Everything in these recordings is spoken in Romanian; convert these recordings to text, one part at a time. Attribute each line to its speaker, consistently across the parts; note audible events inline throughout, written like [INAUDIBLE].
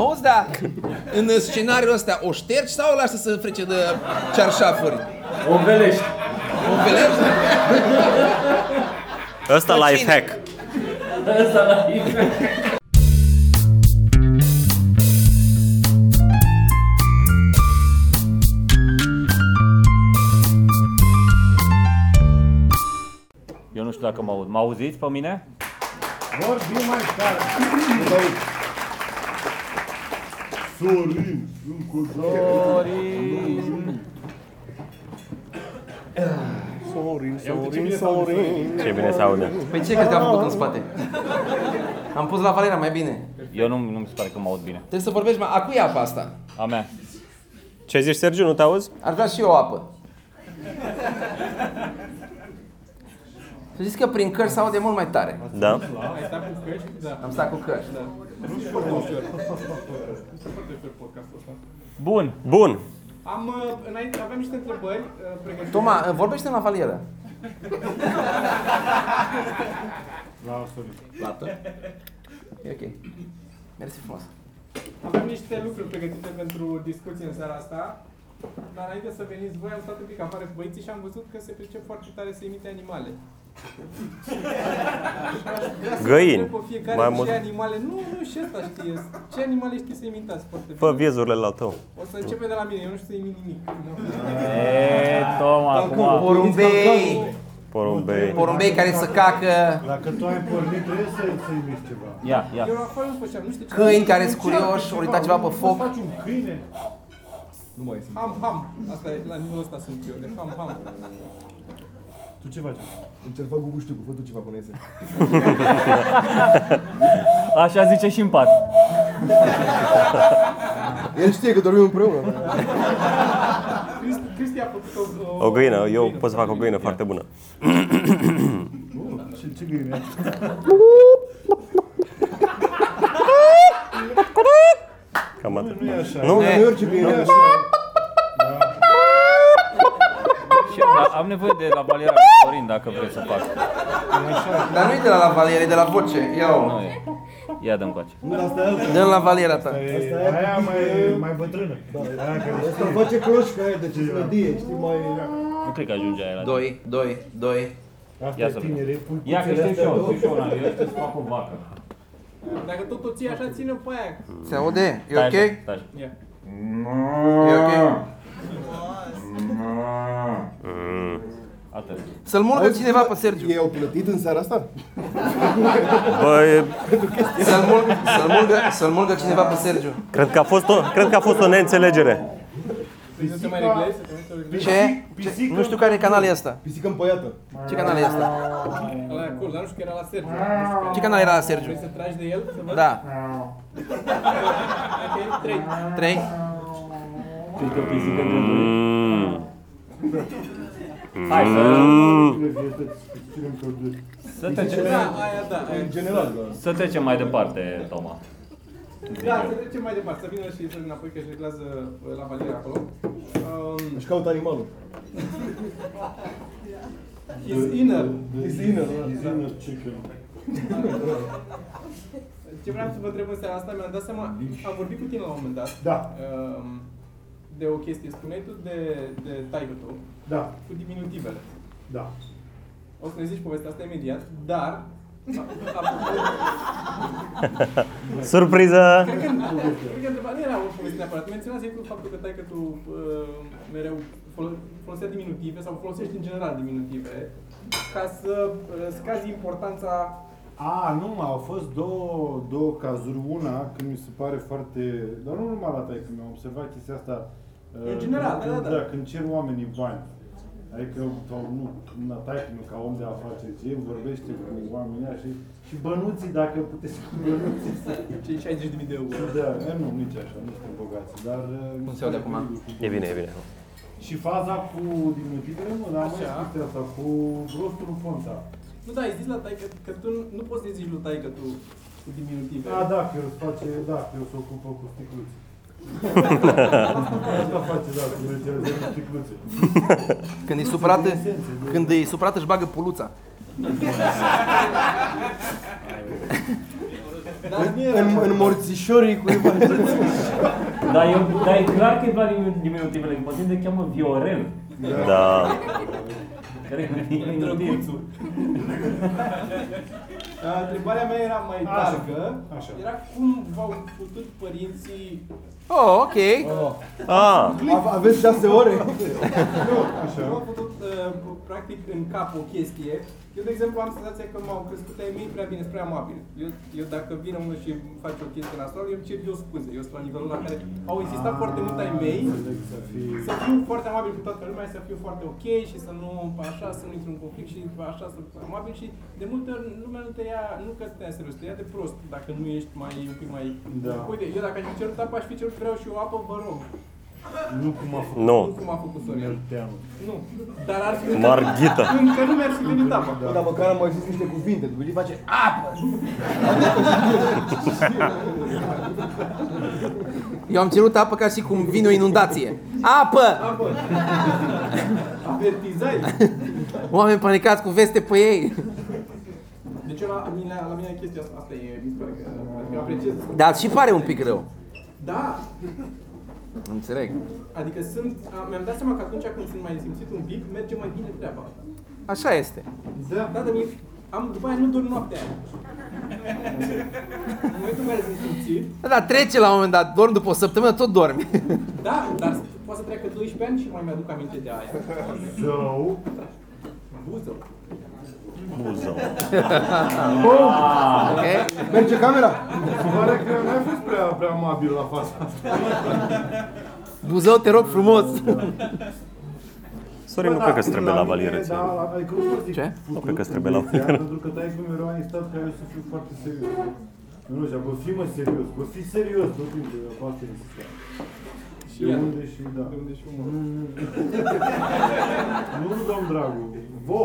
Speaker 1: Auzi, da, în scenariul ăsta o ștergi sau o lași să se frece de cearșafuri?
Speaker 2: O velești.
Speaker 1: O velești?
Speaker 3: Ăsta
Speaker 1: Dar
Speaker 3: life
Speaker 1: cine?
Speaker 3: hack.
Speaker 2: Asta la
Speaker 3: Eu nu știu dacă mă aud. Mă auziți pe mine?
Speaker 4: Vorbim mai tare. Nu mă uit. Sorin, sunt cu Sorin. Sorin, Sorin, Sorin.
Speaker 3: Ce bine se aude.
Speaker 5: Păi ce crezi că am făcut în spate? Am pus la Valera mai bine.
Speaker 3: Eu nu, nu mi se pare că mă aud bine.
Speaker 1: Trebuie să vorbești, mă, a cui e apa asta?
Speaker 3: A mea. Ce zici, Sergiu? Nu te auzi?
Speaker 5: Ar vrea și eu apă. Să zici că prin cărți se aude mult mai tare.
Speaker 3: Da.
Speaker 6: Da.
Speaker 5: Am stat cu cărți.
Speaker 3: Bun. Bun.
Speaker 6: Am, uh, înainte, avem niște întrebări uh, pregătite.
Speaker 5: Toma, vorbește la Valera. La Lapte? E ok. Mersi frumos.
Speaker 6: Avem niște lucruri pregătite pentru discuție în seara asta. Dar înainte să veniți voi, am stat un pic afară cu băieții și am văzut că se pricep foarte tare să imite animale.
Speaker 3: Găini.
Speaker 6: Pe fiecare
Speaker 3: Mai
Speaker 6: Mai
Speaker 3: mult.
Speaker 6: ce animale... Nu, nu, și ăsta știe. Ce animale știi să imitați foarte
Speaker 3: Fă
Speaker 6: bine.
Speaker 3: viezurile la tău.
Speaker 6: O să începem de la mine, eu nu știu să imit nimic.
Speaker 3: E,
Speaker 4: Da,
Speaker 3: Toma, acum.
Speaker 5: Porumbei!
Speaker 3: Porumbei.
Speaker 5: Porumbei care să cacă,
Speaker 4: Dacă tu ai pornit, trebuie să să imiți ceva.
Speaker 3: Ia, ia.
Speaker 6: Eu acolo nu făceam, nu știu ce.
Speaker 5: câini care sunt curioși, ori uita ceva pe
Speaker 4: Să
Speaker 5: foc.
Speaker 4: faci un câine.
Speaker 6: Nu mai sunt. Ham, ham. Asta e, la nivelul ăsta sunt eu, de ham, ham.
Speaker 4: Tu ce faci?
Speaker 3: Așa zice și în pat.
Speaker 6: Cristi, Cristi a făcut o...
Speaker 3: O găină. Eu pot să fac o găină foarte bună.
Speaker 4: Nu, Ce, ce câine?
Speaker 3: Cam atât.
Speaker 4: Nu e așa.
Speaker 3: Nu?
Speaker 4: Nu e așa.
Speaker 3: am nevoie de la Valera Sorin dacă vrei să fac.
Speaker 5: Dar nu e de la la Valera, e de la voce. Ia o.
Speaker 3: Ia dăm coace.
Speaker 4: Nu, asta e altă.
Speaker 5: Dă-l la Valera ta.
Speaker 4: Aia mai, mai bătrână. Aia care Asta face cloșca aia de ce melodie, știi, mai...
Speaker 3: Nu cred că ajunge aia la
Speaker 5: 2, 2, 2.
Speaker 4: Asta
Speaker 3: Ia
Speaker 4: e
Speaker 3: să
Speaker 4: tinere, pui
Speaker 3: Ia că
Speaker 4: cuțele
Speaker 3: știu și
Speaker 4: astea
Speaker 3: eu,
Speaker 4: două.
Speaker 3: știu și eu una. Eu știu să fac o vacă.
Speaker 6: Dacă tot o ții așa, ține pe aia.
Speaker 5: Se aude? E
Speaker 3: Stai
Speaker 5: ok?
Speaker 3: așa, stai așa.
Speaker 6: Ia.
Speaker 5: E ok?
Speaker 3: Atât.
Speaker 5: Să-l mulgă cineva pe Sergiu.
Speaker 7: Ei au plătit în seara asta?
Speaker 3: Băi,
Speaker 5: Să-l mulgă, să-l mulgă, să-l mulgă cineva pe Sergiu.
Speaker 3: cred că a fost o, cred că a fost o neînțelegere.
Speaker 6: Deci nu te mai reglezi, să te mai reglezi.
Speaker 5: Ce? ce? Nu știu care canal e asta.
Speaker 7: Pisică împăiată.
Speaker 5: Ce canal e asta?
Speaker 6: Ăla e acolo, dar nu știu că era la Sergiu.
Speaker 5: Ce canal era la Sergiu?
Speaker 6: Vrei să tragi de el? Să văd?
Speaker 5: Da.
Speaker 6: Ok, trei.
Speaker 5: 3.
Speaker 3: Mm. Hai să, să trecem.
Speaker 6: Da, aia da. Aia.
Speaker 3: Să trecem mai departe, Toma.
Speaker 6: Da, să trecem mai departe, să vină și să înapoi că își reglează uh, la valiere acolo. Um,
Speaker 7: Își caut animalul.
Speaker 6: his inner.
Speaker 4: Dizină, dizină, ce câine.
Speaker 6: Ce vreau să vă întreb în seara asta, mi-am dat seama, am vorbit cu tine la un moment dat.
Speaker 4: Da.
Speaker 6: Um, de o chestie, spuneai tu de, de taică tău,
Speaker 4: Da,
Speaker 6: cu diminutivele.
Speaker 4: da.
Speaker 6: O să ne zici povestea asta imediat, dar...
Speaker 3: Surpriză!
Speaker 6: Cred că, cred că întrebarea nu era o poveste neapărat. Menționați tu faptul că taică tu uh, mereu folo- folosea diminutive sau folosești în general diminutive ca să uh, scazi importanța
Speaker 4: A, nu, au fost două, două cazuri. Una, când mi se pare foarte... Dar nu numai la taică, mi-am observat chestia asta.
Speaker 6: În
Speaker 4: uh,
Speaker 6: general,
Speaker 4: când,
Speaker 6: da, da, da.
Speaker 4: da. când cer oamenii bani. Adică, sau nu, la taică, nu, ca om de afaceri, ce vorbește cu oamenii așa și, și bănuții, dacă puteți cu bănuții să...
Speaker 6: cei 60.000 de euro.
Speaker 4: Da, e, nu, nici așa, nu suntem bogați, dar... uh,
Speaker 5: se aude acum.
Speaker 3: E bine, e bine.
Speaker 4: Și faza cu diminutivele, nu, dar am mai
Speaker 6: Așa.
Speaker 4: zis chestia asta, cu rostul fonta.
Speaker 6: Nu, da, ai zis la taică că tu nu poți să zici lui taică tu cu diminutive.
Speaker 4: Da, da, că eu îți face, da, că eu se ocupă cu sticluțe. Asta face, da, cu mergele cu sticluțe.
Speaker 5: Când e supărată, când e supărată își bagă puluța.
Speaker 6: Dar nu era
Speaker 8: În,
Speaker 6: așa.
Speaker 8: în morțișorii cuiva.
Speaker 3: Dar, eu, dar e clar că e doar dimin- diminutivele, că pe tine te cheamă Viorel.
Speaker 9: Da.
Speaker 3: Care e diminutiv.
Speaker 6: Drăguțul. Uh, Întrebarea mea era mai
Speaker 4: Așa.
Speaker 6: largă.
Speaker 4: Așa.
Speaker 6: Era cum v-au putut părinții
Speaker 8: Oh, ok.
Speaker 9: Ah,
Speaker 8: A- Aveți șase ore?
Speaker 4: Da.
Speaker 6: Eu am putut, uh, practic, în cap o chestie. Eu, de exemplu, am senzația că m-au crescut ai mei prea bine, spre amabil. Eu, eu dacă vine unul și îmi face o chestie nasoală, eu cer eu scuze. Eu sunt la nivelul la care au insistat foarte mult ai mei
Speaker 4: Ah, Înțeleg să fii...
Speaker 6: să fiu foarte amabil cu toată lumea, să fiu foarte ok și să nu așa, să nu intru în conflict și așa să fiu amabil și de multe ori lumea nu te ia, nu că te ia serios, te ia de prost dacă nu ești mai un pic mai...
Speaker 4: Da.
Speaker 6: Uite, eu dacă aș fi cerut apă, aș fi cerut vreau și o apă, vă rog.
Speaker 4: Nu cum a făcut
Speaker 6: Nu
Speaker 9: nu.
Speaker 6: cum a făcut Sorian.
Speaker 4: Merteanu.
Speaker 6: Nu, dar ar fi...
Speaker 9: Marghita.
Speaker 6: Încă nu mi-ar fi venit apa.
Speaker 8: Bă, dar măcar am mai zis niște cuvinte, după ce face...
Speaker 5: Eu am cerut apă ca și cum vine o inundație. Apă!
Speaker 6: Apă. Avertizai.
Speaker 5: Oameni panicați cu veste pe ei.
Speaker 6: Deci eu la mine, la mine chestia asta, asta e, mi se pare că, adică apreciez.
Speaker 5: Dar și pare un pic rău.
Speaker 6: Da,
Speaker 5: Înțeleg.
Speaker 6: adică sunt, a, mi-am dat seama că atunci când sunt mai simțit un pic, merge mai bine treaba.
Speaker 5: Așa este.
Speaker 6: Da, dar mie, am, după aia nu dorm noaptea aia. În momentul în care sunt simțit,
Speaker 5: Da, Dar trece la un moment dat, dormi după o săptămână, tot dormi.
Speaker 6: da, dar poate să treacă 12 ani și mai mi-aduc aminte de aia.
Speaker 4: Zău.
Speaker 6: Buzău.
Speaker 9: Buzău.
Speaker 5: Ok?
Speaker 8: Merge camera?
Speaker 4: Pare că n-ai fost prea, prea amabil la fața asta.
Speaker 5: Buzău, te rog frumos.
Speaker 9: Sorin, nu
Speaker 4: Bă,
Speaker 9: cred
Speaker 4: da,
Speaker 9: că trebuie la valierăție.
Speaker 4: Da, la, adică nu pot zic
Speaker 5: Ce?
Speaker 4: futut
Speaker 9: Nu cred că
Speaker 4: în
Speaker 9: trebuie la
Speaker 4: chestia,
Speaker 9: valieră.
Speaker 4: da, Pentru că tai cu mereu ai stat care să fiu foarte serios. Nu știu, bă, fii mă serios, bă, fii serios, bă, fii de față insistea. Și de
Speaker 6: iată.
Speaker 4: unde și da.
Speaker 6: De unde și umorul.
Speaker 4: Nu, [LAUGHS] domn dragu, vă!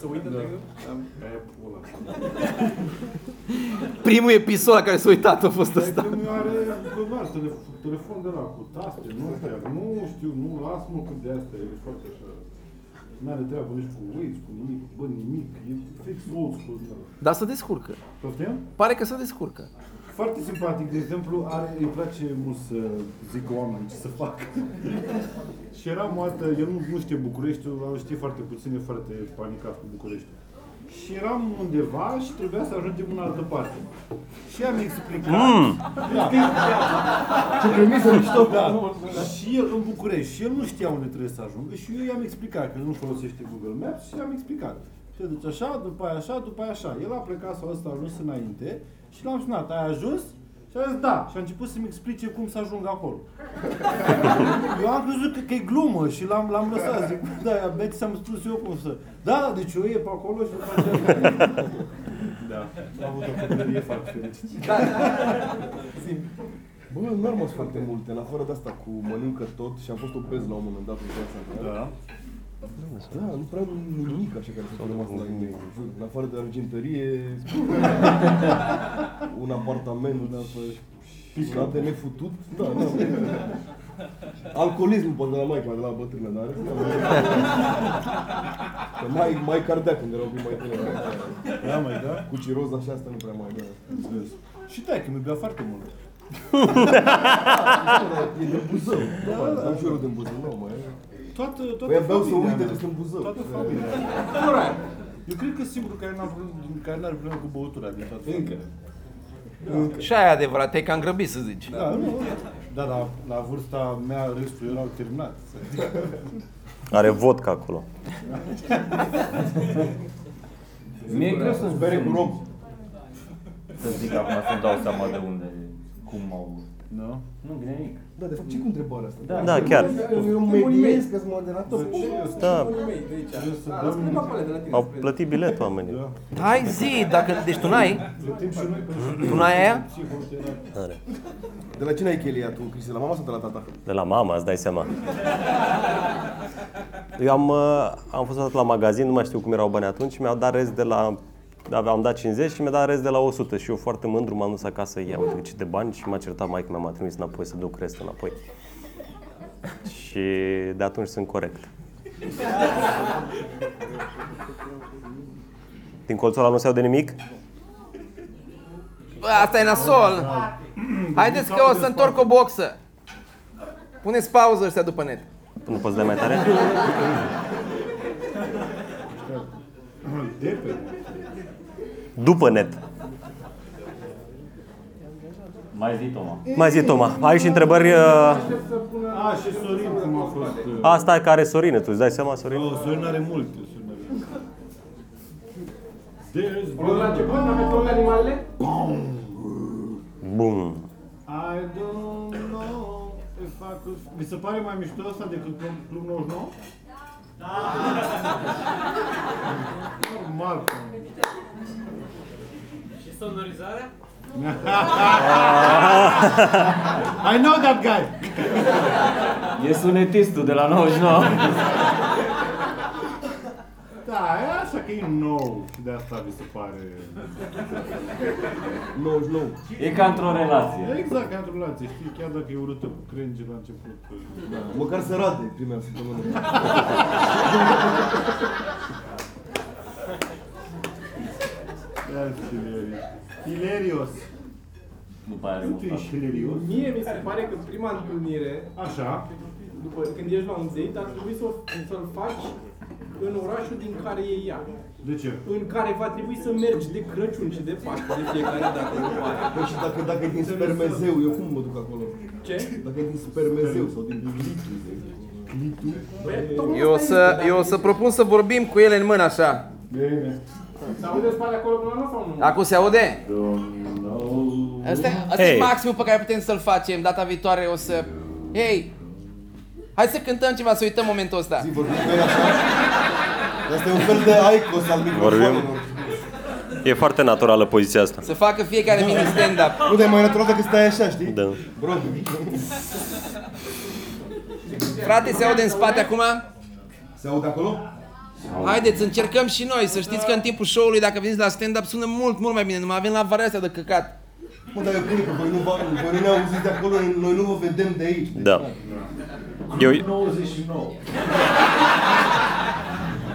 Speaker 6: Să uită, de exemplu? Da.
Speaker 4: Aia pula.
Speaker 5: Primul episod la care s-a uitat a fost
Speaker 4: Dar
Speaker 5: ăsta.
Speaker 4: că nu Păi, are, bă, nu are telefon, telefon de la cu taste, nu chiar, nu știu, nu las mă cât de astea, e foarte așa. N-are treabă nici cu Waze, cu nimic, bă, nimic, e fix old school.
Speaker 5: Dar să descurcă.
Speaker 4: Poftim?
Speaker 5: Pare că se descurcă.
Speaker 4: Foarte simpatic, de exemplu, are, îi place mult să zică oamenii ce să fac. [LAUGHS] și eram o dată, el nu, nu știe Bucureștiul, dar știe foarte puțin, e foarte panicat cu Bucureștiul. Și eram undeva și trebuia să ajungem în altă parte. Și am explicat. Da. Ce premisă mișto. Da. Și el în București, și el nu știa unde trebuie să ajungă și eu i-am explicat că nu folosește Google Maps și i-am explicat. Te duci așa, după aia așa, după aia așa. El a plecat sau ăsta a ajuns înainte și l-am sunat. Ai ajuns? Și a zis da. Și a început să-mi explice cum să ajung acolo. [LAUGHS] Eu am crezut că, că e glumă și l-am, l-am lăsat. Zic, da, abia ce ți-am spus eu cum să... Da, da, deci eu e pe acolo și face Da, am avut o copilărie foarte fericită.
Speaker 10: Bă, nu am fost foarte multe, în afară de asta cu mănâncă tot și am fost obez la un moment dat în viața mea.
Speaker 4: Da.
Speaker 10: Da, nu prea am nimic așa care să rămas la mine, jur. În afară de argintărie, un apartament, da, fă- și un de nefutut, da, da. Alcoolismul poate de la maica, de la bătrână, dar rest, da. Că mai, mai cardea când erau mai tânăr.
Speaker 4: Da, mai da.
Speaker 10: Cu ciroza și asta nu prea mai, da.
Speaker 4: Înțeles. Și da, că mi-a plăcut foarte mult.
Speaker 10: E din Buzău, da, da, da. În jurul din Buzău, nu mai e.
Speaker 4: Toată, toată
Speaker 10: Păi aveau să
Speaker 4: familia
Speaker 10: uite
Speaker 4: mea.
Speaker 10: că sunt Buzău.
Speaker 4: Toată familia. Eu cred că singurul care n-a problemă, care n-are problemă cu băutura din toată Încă.
Speaker 5: Și aia e adevărat, te-ai cam grăbit să zici.
Speaker 4: Da, nu. Da, la, la vârsta mea restul erau terminat.
Speaker 9: Are vodka acolo.
Speaker 11: Mie e greu să-mi
Speaker 10: Bere cu rom.
Speaker 11: Să zic acum, să-mi dau seama de unde, cum au...
Speaker 4: Nu?
Speaker 11: Nu, bine nimic.
Speaker 10: Da, de fapt, ce cu întrebarea asta?
Speaker 11: Da.
Speaker 9: Da, chiar.
Speaker 10: Eu mediez că sunt moderator.
Speaker 9: Da,
Speaker 6: Mei, de aici.
Speaker 4: Trebuie să
Speaker 6: Da,
Speaker 4: dăm-
Speaker 6: răspundem acolo de la tine.
Speaker 9: au
Speaker 6: spre-
Speaker 9: plătit bilet oamenii.
Speaker 5: Hai zi, dacă... Deci tu n-ai?
Speaker 4: Plătim și noi pentru
Speaker 5: Tu n-ai aia?
Speaker 4: psihoterapie.
Speaker 9: Are.
Speaker 10: De la cine ai chelia tu, Cristi? De la mama sau de la tata?
Speaker 9: De la mama, îți dai seama. Eu am, uh, am fost odată la magazin, nu mai știu cum erau bani atunci, și mi-au dat rez de la... Aveam dat 50 și mi-a dat rez de la 100 și eu foarte mândru m-am dus acasă, ia uite cât de bani și m-a certat mai mi-a trimis înapoi să duc restul înapoi. Și de atunci sunt corect. Din colțul ăla nu se aude nimic?
Speaker 5: Bă, asta e nasol. Haideți că o să întorc o boxă. Puneți pauză ăștia după net.
Speaker 9: Nu poți da mai tare?
Speaker 4: De pe.
Speaker 9: După net.
Speaker 11: Mai zi, Toma.
Speaker 9: Mai zi, Toma, ai și întrebări... uh,
Speaker 4: A, și Sorin cum a fost. uh,
Speaker 9: Asta e care Sorine, tu îți dai seama, Sorine?
Speaker 4: Oh, Sorin are multe. Sorin are multe. There's
Speaker 6: O luăm la început, nu avem toate animalele?
Speaker 9: Bum.
Speaker 4: I don't know if I could... Mi se pare mai mișto asta decât Club, Club 99? Da! Normal. Și sonorizarea? [LAUGHS] I know that guy!
Speaker 11: E sunetistul de la 99.
Speaker 4: Da, e așa că e nou și de asta mi se pare...
Speaker 10: 99.
Speaker 11: E ca într-o relație.
Speaker 4: Exact, ca într-o relație, știi, chiar dacă e urâtă cu crânge la început. Da.
Speaker 10: Măcar să rade prima săptămână.
Speaker 4: Ia zi, Hilarios. Hilarios.
Speaker 11: După aia
Speaker 4: Tu ești hilarios?
Speaker 6: Mie mi se pare că prima întâlnire,
Speaker 4: Așa.
Speaker 6: după, când ești la un date, ar trebui să o- să-l faci în orașul din care e ea.
Speaker 4: De ce?
Speaker 6: În care va trebui să mergi de Crăciun și de Paște de fiecare dată după aia.
Speaker 10: Păi și dacă, dacă e din spermezeu, eu cum mă duc acolo?
Speaker 6: Ce?
Speaker 10: Dacă e din spermezeu sau din glitu, de exemplu. Glitu?
Speaker 6: Păi, tocmai
Speaker 5: Eu o
Speaker 6: asta
Speaker 5: să,
Speaker 6: este,
Speaker 5: eu o
Speaker 6: dacă-
Speaker 5: să propun să vorbim cu ele în mână așa.
Speaker 4: Bine.
Speaker 6: Se aude spate acolo până la noi sau nu?
Speaker 5: Acum se aude?
Speaker 4: Domnul...
Speaker 5: Asta, asta
Speaker 9: Hei.
Speaker 5: e maximul pe care putem să-l facem. Data viitoare o să... Hei! Hai să cântăm ceva, să uităm momentul ăsta.
Speaker 10: Zi, vorbim noi așa. Asta e un fel de Icos al microfonelor.
Speaker 9: E foarte naturală poziția asta.
Speaker 5: Să facă fiecare mini stand-up.
Speaker 10: Nu, dar e mai natural dacă stai așa, știi?
Speaker 9: Da.
Speaker 10: Bro,
Speaker 5: Frate, se aude în spate acum?
Speaker 10: se aude acolo?
Speaker 5: Haideți, încercăm și noi. Să știți că în timpul show-ului, dacă veniți la stand-up, sună mult, mult mai bine. Numai avem la varia astea de căcat.
Speaker 10: Mă, dar eu cred că voi nu, vă- voi nu ne auziți de acolo, noi nu vă vedem de aici.
Speaker 9: Da. Eu,
Speaker 4: 99.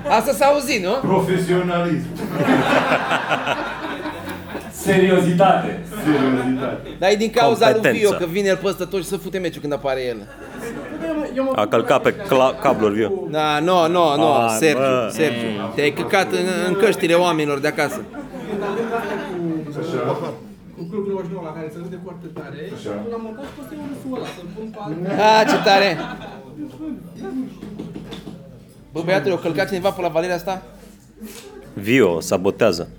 Speaker 5: Asta s-a auzit, nu?
Speaker 4: Profesionalism.
Speaker 3: Seriozitate.
Speaker 4: Seriozitate.
Speaker 5: Dar e din cauza lui
Speaker 9: Competență.
Speaker 5: Vio, că vine el păstă tot și să fute meciul când apare el.
Speaker 6: Eu mă
Speaker 9: A
Speaker 6: duc
Speaker 9: călcat
Speaker 6: la
Speaker 9: pe
Speaker 6: ăștia
Speaker 9: cla-
Speaker 6: de-
Speaker 9: cablul, eu.
Speaker 6: cu-
Speaker 5: Da, nu, nu, nu,
Speaker 9: Hai, bă.
Speaker 5: Sergiu, Sergiu. Te-ai căcat în, în căștile oamenilor de acasă.
Speaker 6: Când avem asta cu, cu Club 99 la care se aude foarte tare, și l-am montat și pot să iau râsul ăla, să-l pun pe alt-
Speaker 5: A, ce tare! Bă, băiatul, o călcat cineva pe la valerea asta?
Speaker 9: Vio sabotează.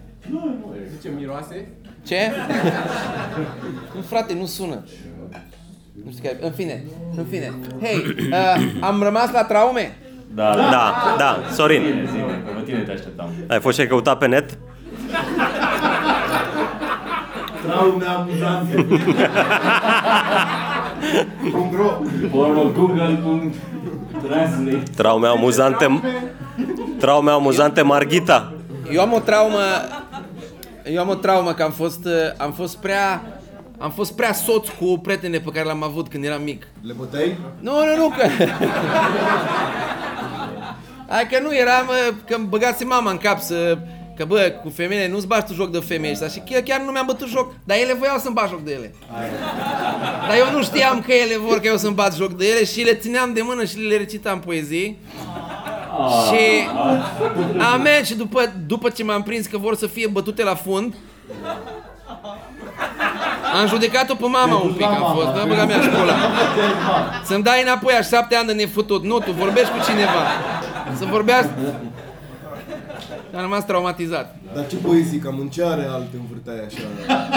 Speaker 6: Zice, miroase.
Speaker 5: Ce? [LAUGHS] Nu, frate, nu sună. Nu știu care... În fine, în fine. Hei, uh, am rămas la traume?
Speaker 11: Da, da.
Speaker 9: Da, da, Sorin.
Speaker 11: Bine, zine, că pe tine te așteptam.
Speaker 9: Ai fost și ai căutat pe net?
Speaker 4: Traume amuzante. Un gro.
Speaker 3: Formă Google cum Translate.
Speaker 9: Traume amuzante... Traume amuzante Marghita.
Speaker 5: Eu am o traumă... Eu am o traumă că am fost, uh, am fost prea... Am fost prea soț cu prietenele pe care l-am avut când eram mic.
Speaker 10: Le băteai?
Speaker 5: Nu, nu, nu, că... Hai că nu, eram mă, că îmi băgase mama în cap să... Că bă, cu femeile nu-ți bagi tu joc de femei ăștia și chiar, chiar nu mi-am bătut joc, dar ele voiau să-mi bag joc de ele. Dar eu nu știam că ele vor că eu să-mi bat joc de ele și le țineam de mână și le recitam poezii. Și amen și după, după ce m-am prins că vor să fie bătute la fund, am judecat-o pe mama un pic, am fost, da, băga mea școala. Să-mi dai înapoi aș șapte ani de nefutut. Nu, tu vorbești cu cineva. Să vorbească... Am rămas traumatizat.
Speaker 10: Dar ce poezii, cam în ce areal te învârteai așa?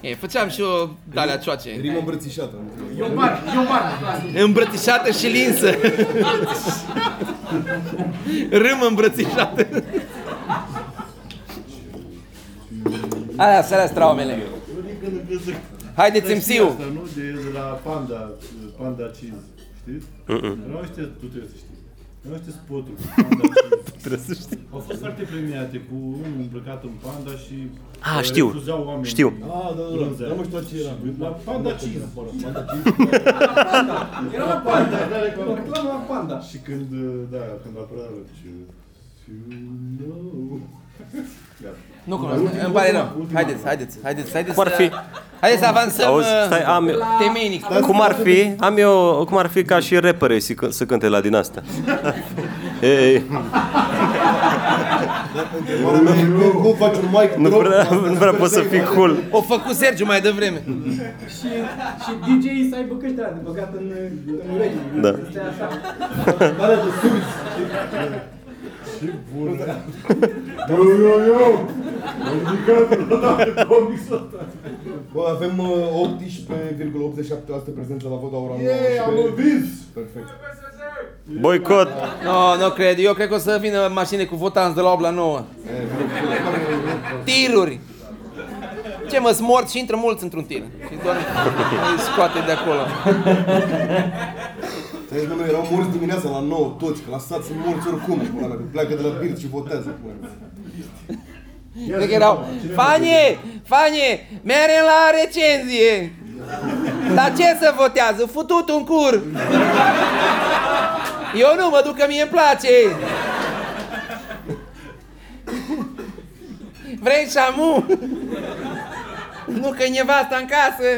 Speaker 5: E, făceam și eu dalea cioace.
Speaker 10: Rimă îmbrățișată. am înțeles.
Speaker 6: Eu bar, eu bar, lasă.
Speaker 5: Îmbrățișată și linsă. Râm îmbrățișată. Aia, astea sunt traumele. Haideți, MCU.
Speaker 4: Asta, nu? De, de la Panda, Panda Cheese. Știți? Erau ăștia, tu trebuie să știi. Erau ăștia spoturi cu Panda Cheese.
Speaker 9: Trebuie să știi.
Speaker 4: Au fost foarte premiate cu unul îmbrăcat în panda și
Speaker 9: Ah,
Speaker 4: uh,
Speaker 9: știu.
Speaker 4: refuzau oamenii.
Speaker 9: Știu.
Speaker 10: Ah, da, da, da,
Speaker 4: Brânză.
Speaker 10: dar nu știu la ce era.
Speaker 4: La Panda Cheese.
Speaker 10: Panda cheese.
Speaker 6: Era la panda, o reclamă la panda.
Speaker 4: Și când, uh, da, când a apărat ăla, "You know." Gata.
Speaker 5: Nu cunosc, îmi pare rău. Haideți, haideți, haideți, haideți
Speaker 9: Cum ar fi?
Speaker 5: să... Haideți să avansăm
Speaker 9: Auzi, stai, am-
Speaker 5: la temeinic.
Speaker 9: Cum ar fi, am eu, cum ar fi ca și repere să, cân- să cânte la din asta. [LAUGHS] Ei,
Speaker 10: Nu, nu faci un mic
Speaker 9: nu
Speaker 10: drop,
Speaker 9: prea,
Speaker 10: asta
Speaker 9: nu prea
Speaker 10: super
Speaker 9: pot să
Speaker 10: safe,
Speaker 9: fii
Speaker 10: asta.
Speaker 9: cool.
Speaker 5: O făcut Sergiu mai devreme.
Speaker 6: [LAUGHS] Și, și DJ-ii să aibă căștile alea de băgat în, în urechi.
Speaker 9: Da.
Speaker 6: Să stea așa.
Speaker 10: Dar de sus. Ce bun. Yo, yo, yo! Bă, avem uh, 18,87% prezență la vot la ora 19.
Speaker 4: Ei, am învins!
Speaker 10: Perfect.
Speaker 9: Boicot!
Speaker 5: Nu, nu cred. Eu cred că o să vină mașini cu votanți de la 8 la 9. Tiruri. Ce mă smort și intră mulți într-un tir. Și doar îi scoate de acolo.
Speaker 10: Să zici, bă, noi erau morți dimineața la 9, toți, clasați, sunt morți oricum, pula mea, că pleacă de la birt și votează, pula mea.
Speaker 5: Cred că erau, Fanie, Fanie, merem la recenzie. Dar ce să votează? Futut un cur. Eu nu mă duc că mie îmi place. Vrei șamu? Nu că e nevasta în casă.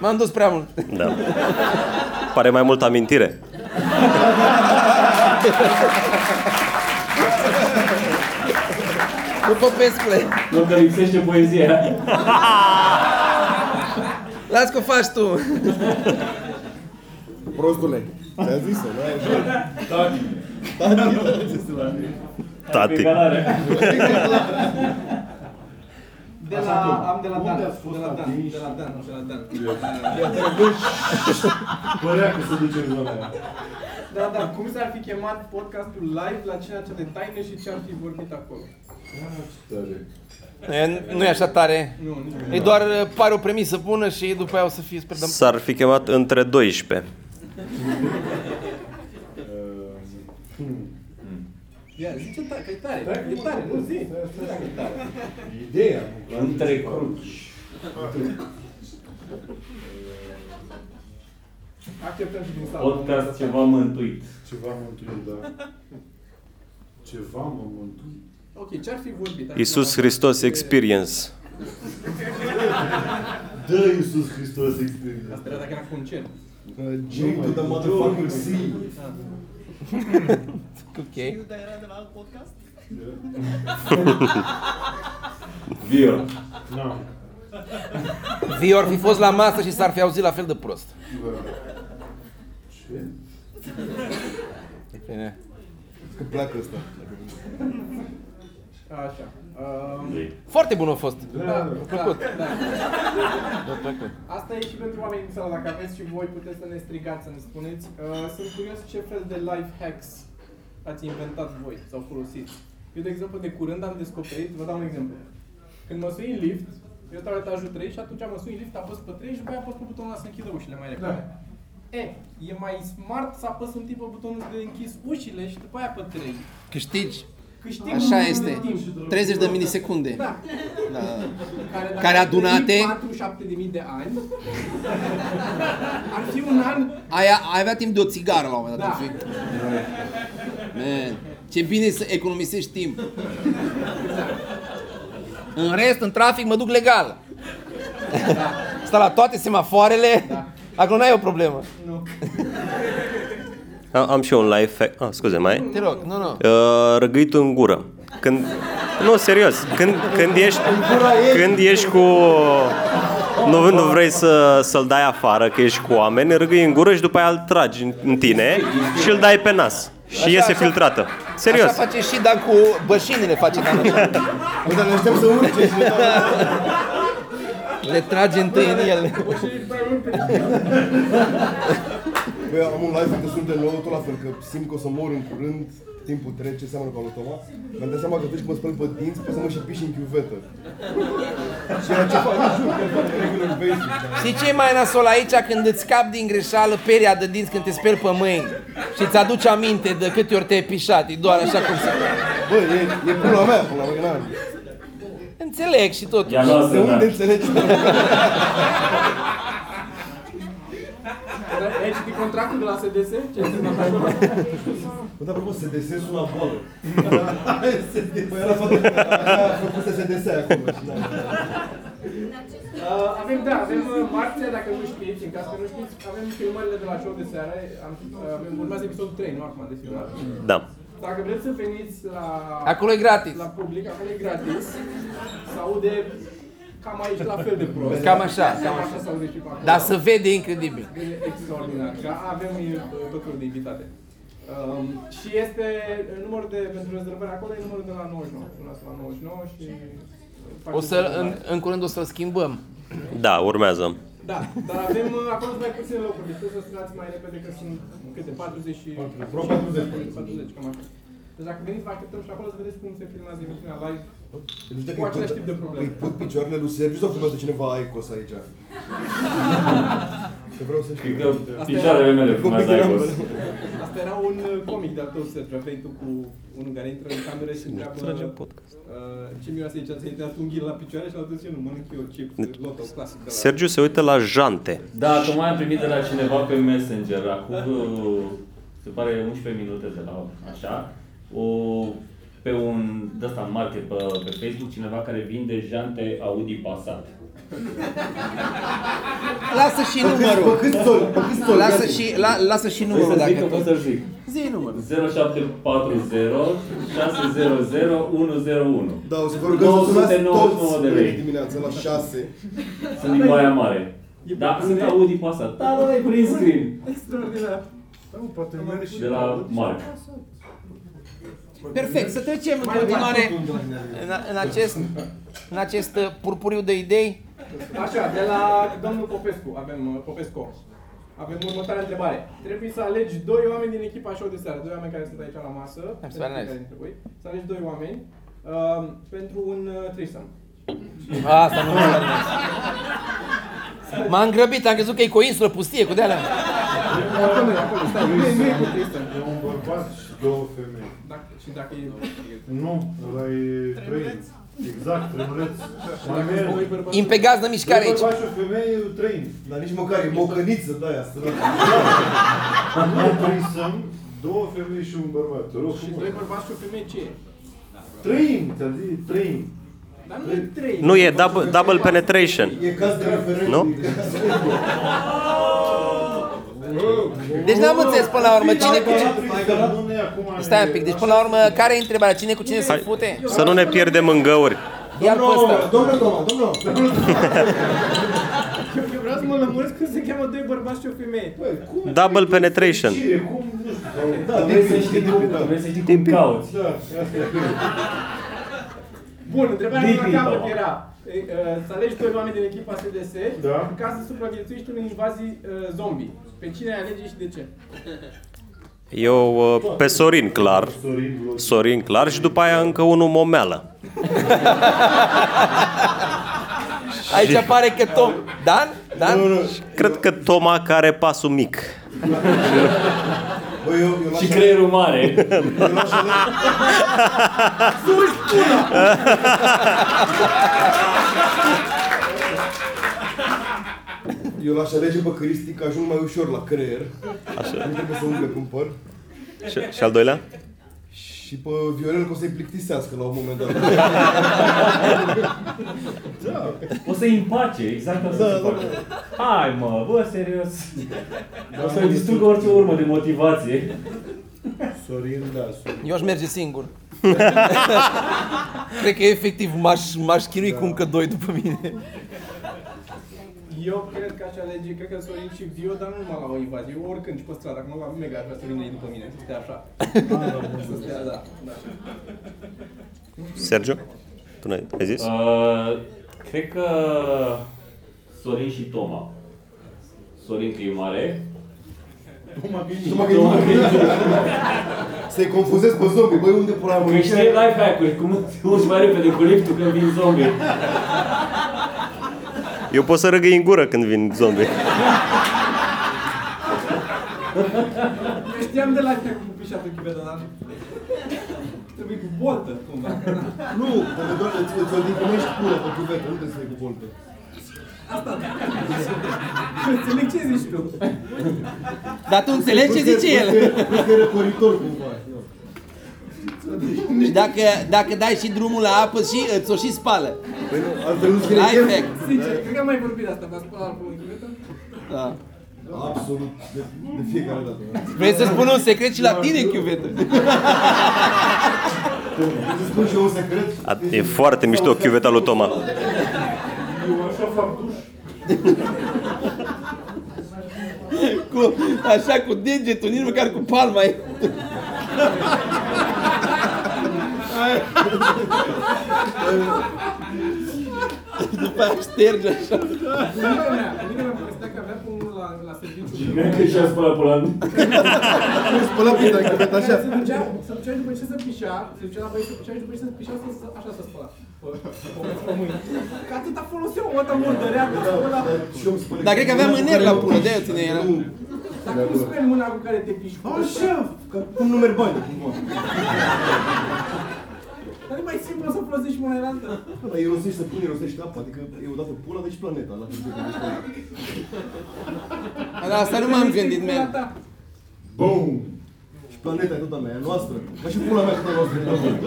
Speaker 5: M-am dus prea mult.
Speaker 9: Da. Pare mai mult amintire.
Speaker 5: După pescule.
Speaker 3: Nu că lipsește poezia.
Speaker 5: Las că o faci tu.
Speaker 10: Prostule, ți-a zis-o, da?
Speaker 9: Tati.
Speaker 3: Egalare.
Speaker 6: De la, am de la Dan, de la Dan, de la Dan, de la Dan.
Speaker 4: Părea că se duce în zona aia.
Speaker 6: Da, da, cum s-ar fi chemat podcastul live la cena cea de taine și ce ar fi vorbit acolo?
Speaker 5: Nu e așa tare.
Speaker 6: Nu, nici nu.
Speaker 5: E doar uh, pare o premisă bună și după aia o să fie spre dăm-
Speaker 9: S-ar fi chemat între 12.
Speaker 6: Ia, zice tare, Da, că e tare, e
Speaker 10: tá
Speaker 6: tare, nu zi. Nu dacă e tare.
Speaker 4: Ideea.
Speaker 3: Între cruci.
Speaker 6: Acceptăm și din sală.
Speaker 3: Podcast ceva mântuit.
Speaker 4: Ceva mă întuit, da. Ceva mă mântuit.
Speaker 6: Ok, ce ar fi vorbit?
Speaker 9: Iisus Hristos Experience.
Speaker 4: Dă Iisus Hristos experiența.
Speaker 6: Asta era dacă era cu un cer.
Speaker 10: Uh, Jay to the motherfucking sea.
Speaker 5: Ok.
Speaker 10: [LAUGHS]
Speaker 3: Vio.
Speaker 4: Nu.
Speaker 5: Vii ori fi fost la masă și s-ar fi auzit la fel de prost.
Speaker 4: Ce?
Speaker 5: Bine.
Speaker 10: Că pleacă ăsta.
Speaker 6: Așa. Um,
Speaker 5: Foarte bun a fost.
Speaker 6: da,
Speaker 5: plăcut.
Speaker 6: Da, da. Asta e și pentru oamenii din sală. Dacă aveți și voi, puteți să ne strigați, să ne spuneți. Uh, sunt curios ce fel de life hacks ați inventat voi sau folosit. Eu, de exemplu, de curând am descoperit, vă dau un exemplu. Când mă sui în lift, eu stau la etajul 3 și atunci mă sui în lift, apăs pe 3 și după aia apăs pe butonul ăla să închidă ușile mai repede.
Speaker 5: Da.
Speaker 6: E, e mai smart să apăs un timp pe butonul de închis ușile și după aia pe 3.
Speaker 5: Câștigi.
Speaker 6: Câștig un
Speaker 5: Așa
Speaker 6: minut
Speaker 5: este.
Speaker 6: de timp.
Speaker 5: 30 de milisecunde.
Speaker 6: Da. Care, dacă
Speaker 5: Care
Speaker 6: ar
Speaker 5: adunate-
Speaker 6: trăi 47.000 de ani, ar fi un an...
Speaker 5: Aia, ai avea timp de o țigară la un moment dat.
Speaker 6: Da.
Speaker 5: știi? Man, ce bine e să economisești timp. În rest, în trafic, mă duc legal. Stau la toate semafoarele. Acolo n-ai o problemă.
Speaker 6: Nu.
Speaker 9: Am, am și eu un life hack. Ah, scuze, mai ai?
Speaker 5: Te rog, nu, nu.
Speaker 9: Uh, răgâitul în gură. Când... Nu, serios. Când, când ești, când ești cu... Nu, nu vrei să, să-l dai afară, că ești cu oameni, răgâi în gură și după aia îl tragi în- în tine și îl dai pe nas. Și
Speaker 5: Așa,
Speaker 9: iese
Speaker 5: așa.
Speaker 9: filtrată. Serios.
Speaker 5: Așa face și Dan cu bășinile face Dan. așa.
Speaker 10: Bă, dar ne aștept să urce și ne dau
Speaker 5: Le trage întâi în el.
Speaker 10: Bă, eu am un live că sunt de nou, tot la fel, că simt că o să mor în curând, timpul trece, seamănă cu alotoma. Mi-am dat seama că atunci când mă spăl pe dinți, pot să mă și piși în chiuvetă. Și era ce fac, nu știu, că fac regular basic. dar-
Speaker 5: Știi ce e mai nasol aici când îți scap din greșeală peria de dinți când te speli pe mâini și îți aduci aminte de câte ori te-ai pișat, e doar așa cum se...
Speaker 10: Bă, e, e pula mea, pula mea, că n-am.
Speaker 5: Înțeleg și totuși.
Speaker 3: Ia luați
Speaker 10: De
Speaker 3: da.
Speaker 10: unde înțelegi?
Speaker 6: Ai citit contractul Deci, de la SDS? Ce ai semnat acolo?
Speaker 10: Bă, dar apropo, SDS sună la boală. [LAUGHS] Păi era făcut, așa făcuse SDS acolo. și da.
Speaker 6: Uh, avem, da, avem uh, marțea, dacă nu știți, în caz că nu știți, avem filmările de la show de seară, am, uh, avem, urmează episodul 3, nu acum de filmat.
Speaker 9: Da.
Speaker 6: Dacă vreți să veniți la,
Speaker 5: Acolo e gratis.
Speaker 6: la public, acolo e gratis, se aude cam aici la fel de prost.
Speaker 5: Cam așa, cam
Speaker 6: așa se aude și pe acolo.
Speaker 5: Dar se vede incredibil.
Speaker 6: E extraordinar. Că avem uh, tot felul de invitate. Um, și este numărul de, pentru rezervare acolo, e numărul de la 99. Sunați la 99 și...
Speaker 5: O să, în, în curând o să-l schimbăm.
Speaker 9: Da, urmează.
Speaker 6: Da, dar avem uh, acolo sunt mai puține locuri, deci trebuie să sunați mai repede că sunt câte 40 și...
Speaker 10: Vreo 40.
Speaker 6: 40, cam așa. Deci dacă veniți, vă așteptăm și acolo să vedeți cum se filmează emisiunea live.
Speaker 10: Nu
Speaker 6: Cu
Speaker 10: știu Deci dacă îi
Speaker 6: același
Speaker 10: put-
Speaker 6: tip de probleme.
Speaker 10: Îi put picioarele lui Sergiu sau fumează cineva Aicos aici? Că vreau să știu.
Speaker 3: Cred că picioarele mele fumează Icos.
Speaker 6: Asta era un uh, comic de-al tău, Sergiu, aveai tu cu unul care intră în cameră și întreabă...
Speaker 9: Trage podcast.
Speaker 6: Uh, ce mi-a zis aici, ți-ai dat unghii la picioare și l-a zis eu nu mănânc eu chips,
Speaker 9: Deci,
Speaker 6: loto clasic. de la-
Speaker 9: Sergiu se uită la jante.
Speaker 3: Da, tocmai am primit de la cineva pe Messenger, acum uh, se pare 11 minute de la așa, o, pe un de asta market pe, pe Facebook, cineva care vinde jante Audi Passat.
Speaker 5: Lasă și
Speaker 10: Bă,
Speaker 5: numărul.
Speaker 10: câți soli, bă, câți soli,
Speaker 5: Lasă
Speaker 10: gata.
Speaker 5: și, la, lasă și
Speaker 3: Vrei
Speaker 5: numărul dacă
Speaker 3: Păi să zic că pot
Speaker 5: tot.
Speaker 3: să zic.
Speaker 5: Zi numărul.
Speaker 3: 0740 600 101.
Speaker 10: Da, o să vă rugăm să sunați
Speaker 3: 999
Speaker 10: toți
Speaker 3: de lei.
Speaker 10: mâine dimineața la 6.
Speaker 3: Sunt din Baia Mare. Da, sunt Audi Passat. Da, da, e prin screen.
Speaker 6: Extraordinar.
Speaker 4: Da, mă, poate merge și
Speaker 3: De la Marc.
Speaker 5: Perfect, să trecem în continuare în, în acest, în acest uh, purpuriu de idei.
Speaker 6: Așa, de la domnul Popescu, avem uh, Popescu. Avem următoarea întrebare. Trebuie să alegi doi oameni din echipa show de seară, doi oameni care sunt aici la masă,
Speaker 5: Mi se pare
Speaker 6: fiecare
Speaker 5: nice.
Speaker 6: dintre voi, să alegi doi oameni uh, pentru un uh, threesome.
Speaker 5: Asta nu mă M-am grăbit, am crezut că e cu o insulă pustie, cu de-alea.
Speaker 6: Acolo, acolo, stai, nu e, nu e cu threesome.
Speaker 4: E un bărbat și două femei.
Speaker 6: Dacă, și dacă e...
Speaker 4: Nu, ăla e trăin. Exact, tremureț. Mai
Speaker 6: Dacă
Speaker 4: merge.
Speaker 6: e bărbat,
Speaker 5: Impegați de mișcare
Speaker 4: Doi
Speaker 5: aici.
Speaker 4: bărbați și o femeie, e trăin.
Speaker 10: Dar nici măcar e mocăniță de aia, săracă.
Speaker 4: Nu e trisăm, două femei și un bărbat. Te rog
Speaker 6: și
Speaker 4: frumos.
Speaker 6: doi bărbați și o femeie, ce e?
Speaker 4: Trăin, ți-am zis, trăin.
Speaker 6: Dar nu e trei.
Speaker 9: Nu, e double, double penetration.
Speaker 10: E caz de referendum.
Speaker 9: Nu?
Speaker 10: e caz de-
Speaker 5: Deci n-am înțeles până la urmă cine cu cine.
Speaker 4: Hai că nu ne acum.
Speaker 5: Stai un pic, deci până la urmă care e întrebarea? Cine cu cine se
Speaker 9: Hai.
Speaker 5: fute?
Speaker 9: Să nu ne pierdem în găuri.
Speaker 5: Iar pe
Speaker 10: Domnul,
Speaker 5: ăsta.
Speaker 10: domnul, Toma, domnul, domnul.
Speaker 6: Eu, eu vreau să mă lămuresc că se cheamă doi bărbați și o femeie.
Speaker 9: Double penetration.
Speaker 4: Cine, cum, nu știu.
Speaker 10: Da,
Speaker 3: Vrei să
Speaker 10: depinde,
Speaker 3: știi cum,
Speaker 10: depinde, da.
Speaker 3: vrei să știi cum cauți.
Speaker 4: Da, asta e.
Speaker 6: Bun, întrebarea de la
Speaker 3: Didi,
Speaker 6: capăt
Speaker 3: Toma.
Speaker 6: era e, uh, să alegi doi oameni din echipa SDS
Speaker 4: Da.
Speaker 6: ca să supraviețuiești unei invazii uh, zombie. Pe cine ai alege și de ce?
Speaker 9: Eu uh, pe Sorin clar.
Speaker 4: Sorin, Vlad.
Speaker 9: Sorin clar și după aia încă unul momeală.
Speaker 5: Aici apare că Tom... Dan?
Speaker 10: da.
Speaker 5: Dan?
Speaker 9: Cred că Toma care pasul mic.
Speaker 10: Bă, eu, eu l-aș
Speaker 3: Și creierul mare.
Speaker 10: eu l-aș alege- Eu l-aș alege pe Cristi că ajung mai ușor la creier. Așa. Nu trebuie să umble cum păr.
Speaker 9: Și, și al doilea?
Speaker 10: Și pe Viorel că o să-i plictisească la un moment dat.
Speaker 3: O să-i împace, exact asta da, se face. Hai mă, bă, serios. O să-i distrugă orice urmă de motivație.
Speaker 4: Sorin, da, Sorin.
Speaker 5: Eu aș merge singur. Cred că efectiv m-aș, m-aș chinui cu încă doi după mine.
Speaker 6: Eu cred că aș alege, cred că Sorin și Vio, dar nu numai la o invazie, eu oricând și pe stradă, acum la mega ar vrea să vină ei după mine, să stea așa. Să stea, da, da.
Speaker 9: Sergiu? Tu ne ai zis?
Speaker 3: Uh, cred că Sorin și Toma. Sorin că e mare.
Speaker 10: Și mă gândesc, Să-i confuzez pe zombie, băi, unde pula mă?
Speaker 3: Că știe life hack-uri, cum te urci mai repede cu liftul când vin zombie.
Speaker 9: Eu pot să râgâi în gură când vin zombie.
Speaker 6: Eu știam de la tine cu pișatul chiveta, dar... Trebuie cu boltă, cumva.
Speaker 10: Nu, pentru că doar îți îți o diminuești pula pe cuvetă, nu trebuie să-i cu boltă.
Speaker 6: Eu [LAUGHS] Înțeleg ce zici tu.
Speaker 5: Dar tu înțelegi ce zice [LAUGHS] el.
Speaker 4: Nu că e răcoritor cumva.
Speaker 5: Și dacă, dacă dai și drumul la apă și îți o și spală.
Speaker 10: Păi nu, altfel nu
Speaker 5: Life
Speaker 10: scrie
Speaker 5: hack.
Speaker 6: Sincer, cred că am mai vorbit de asta, v-a spus albumul Inchivetă.
Speaker 5: Da.
Speaker 10: Absolut, de, de fiecare dată.
Speaker 5: Vrei să spun un secret și la tine, chiuvetă?
Speaker 10: Vreau Să spun și eu un secret? Deci,
Speaker 9: A, e foarte mișto chiuveta lui Toma.
Speaker 4: Eu așa fac duș.
Speaker 5: Cu, așa cu degetul, nici măcar cu palma. e. După aia șterge așa.
Speaker 6: Bunica mea, bunica mea povestea că avea pumnul la, la serviciu.
Speaker 3: Merge și-a spălat pe la
Speaker 10: Nu spăla prin dacă vezi
Speaker 6: Așa. Se
Speaker 10: așa.
Speaker 6: ducea, se ducea și după ce se pișea, se ducea la băie, se pișea și după ce se pișea, se, se- așa se spăla. Pe- Pe mâini. Că atâta foloseau, o dată murdărea, că
Speaker 5: Da,
Speaker 6: spăla.
Speaker 10: Și eu îmi spune
Speaker 5: Dar cred că aveam mâneri la pulă, de-aia ține era.
Speaker 10: Nu,
Speaker 5: da,
Speaker 6: Dar cum speli mâna cu care te piși?
Speaker 4: Așa, că cum nu merg bani cumva.
Speaker 6: Dar e mai simplu să folosești și mâna în altă.
Speaker 10: Dar irosești să pune, irosești apa, adică e odată pula, deci planeta. La fel de bine.
Speaker 5: La asta nu m-am gândit,
Speaker 6: Pula
Speaker 5: man.
Speaker 6: ta.
Speaker 10: Boom! Și planeta e tot a mea, e a noastră. Dar și pula mea e tot a noastră. e a noastră.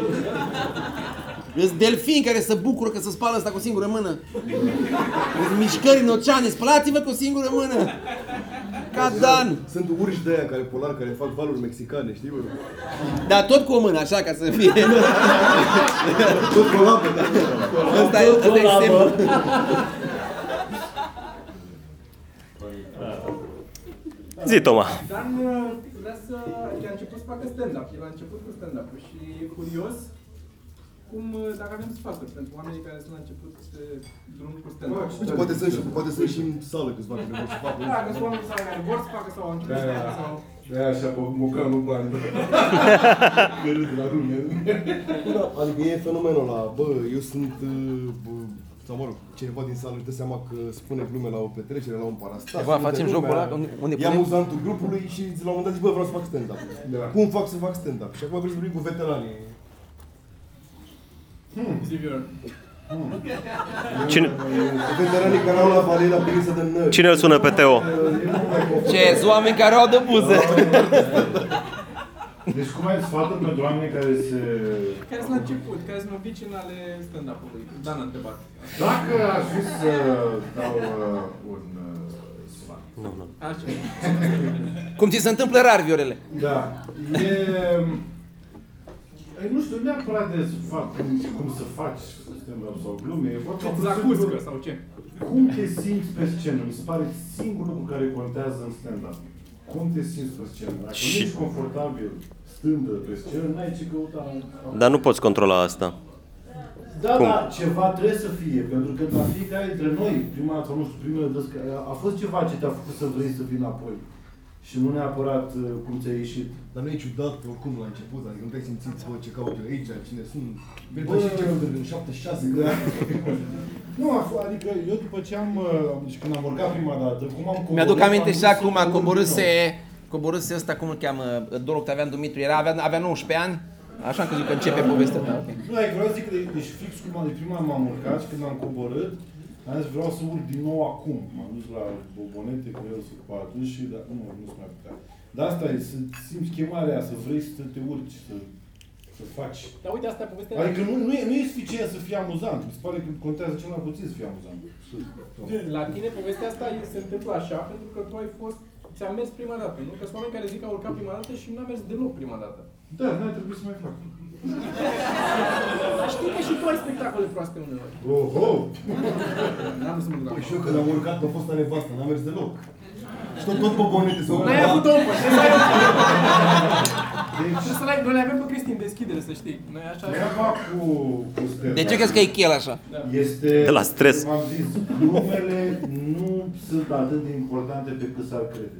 Speaker 5: Sunt delfini care se bucură că se spală asta cu o singură mână. Sunt mișcări în oceane, spălați-vă cu o singură mână. Ca Dan.
Speaker 10: Sunt urși de aia care polar, care fac valuri mexicane, știi? Bă?
Speaker 5: Dar tot cu o mână, așa, ca să fie.
Speaker 10: Tot colabă, da?
Speaker 5: Ăsta e, ăsta e semnul.
Speaker 9: Zi, Toma.
Speaker 6: Dan uh, vrea să... a început să facă stand-up. El a început cu stand-up-ul și e curios cum, uh, dacă avem sfaturi pentru oamenii care sunt la început pe drum cu stand-up.
Speaker 10: Și poate sunt și, poate sunt și în sală câțiva care vor să facă.
Speaker 6: Da, că sunt oameni care vor să facă sau au început să facă sau...
Speaker 4: Da, așa, pe mocanul
Speaker 8: [LAUGHS]
Speaker 4: bani. Că râd la lume.
Speaker 10: Da, adică e fenomenul ăla, bă, eu sunt, uh, bă, sau mă rog, cineva din sală își dă seama că spune glume la o petrecere, la un parastat.
Speaker 8: Bă, facem jocul ăla, unde- unde
Speaker 10: E
Speaker 8: punem?
Speaker 10: amuzantul grupului și la un moment dat zici, bă, vreau să fac stand-up.
Speaker 4: Da.
Speaker 10: Cum fac să fac stand-up? Și acum vrei să vorbim cu veteranii.
Speaker 6: Zivior.
Speaker 9: Cine,
Speaker 10: Veteranii care au la vale la prinsă de nări.
Speaker 9: cine îl sună pe Teo?
Speaker 5: Ce, sunt oameni care au de buză.
Speaker 4: Deci cum ai sfatul pentru oamenii care se...
Speaker 6: Care sunt la început? Care sunt obicei în ale stand-up-ului? Dan a întrebat.
Speaker 4: Dacă aș fi să dau uh, un uh, sfat,
Speaker 6: Așa.
Speaker 5: Cum ți se întâmplă rar, Viorele.
Speaker 4: Da. E... E, nu știu neapărat de fac, cum, cum să faci stand-up sau glume, e foarte
Speaker 6: Cât la cuscă sau ce?
Speaker 4: cum te simți pe scenă. Mi se pare singurul lucru care contează în stand-up. Cum te simți pe scenă. Dacă
Speaker 9: Și-
Speaker 4: nu ești confortabil stând pe scenă, n-ai ce căuta.
Speaker 9: Dar nu poți controla asta.
Speaker 4: Da,
Speaker 9: Cum?
Speaker 4: da, ceva trebuie să fie, pentru că la fiecare dintre noi, prima sau nu știu, primele dăți, că a- a fost ceva ce te-a făcut să vrei să vii înapoi. Și nu neapărat uh, cum ți-a ieșit.
Speaker 10: Dar nu e ciudat oricum la început, adică nu te-ai simțit, bă, ce caut eu aici, cine sunt. Bine,
Speaker 4: Bă.
Speaker 10: dar și ce rând în 76, că...
Speaker 4: Nu, a f- adică eu după ce am, uh, deci când am urcat prima dată, cum am coborât...
Speaker 5: Mi-aduc aminte
Speaker 4: am
Speaker 5: și
Speaker 4: dus
Speaker 5: acum,
Speaker 4: să urc
Speaker 5: coborâse, coborâse ăsta, cum îl cheamă, Dor Octavian Dumitru, era, avea, avea 19 ani, așa am crezut că începe povestea ta. ok.
Speaker 4: din nou. Nu, ai vreau să zic că de- deci fix cum am, de prima m-am urcat și când am coborât, am zis vreau să urc din nou acum. M-am dus la bobonete cu el să cu atunci și da, nu, nu se mai putea. Dar asta e, să simți chemarea, aia, să vrei să te urci, să, să faci.
Speaker 6: Dar uite, asta e povestea...
Speaker 4: Adică nu, nu, e, nu e suficient să fie amuzant. Mi se pare că contează cel mai puțin să fie amuzant.
Speaker 6: La tine povestea asta e- se întâmplă așa pentru că tu ai fost... Ți-a mers prima dată, nu? Că sunt oameni care zic că au urcat prima dată și nu a mers deloc prima dată.
Speaker 4: Da, n-ai trebuit să mai fac.
Speaker 6: Dar știi că și tu ai spectacole proaste uneori.
Speaker 4: Oho!
Speaker 6: Da, N-am să mă duc acolo.
Speaker 10: Păi Și eu când am urcat pe fosta nevastă, n-am mers deloc. Și tot, tot bobonete sau
Speaker 6: N-ai avut omă, trebuie să ai omă.
Speaker 4: Deci,
Speaker 6: Trebuie să-l ai, noi le avem pe Cristin deschidere, să știi. Noi așa...
Speaker 4: treaba cu, cu Stella.
Speaker 5: De ce crezi că e chel așa?
Speaker 4: Este,
Speaker 9: De la stres.
Speaker 4: cum am zis, numele nu sunt atât de importante pe cât s-ar crede.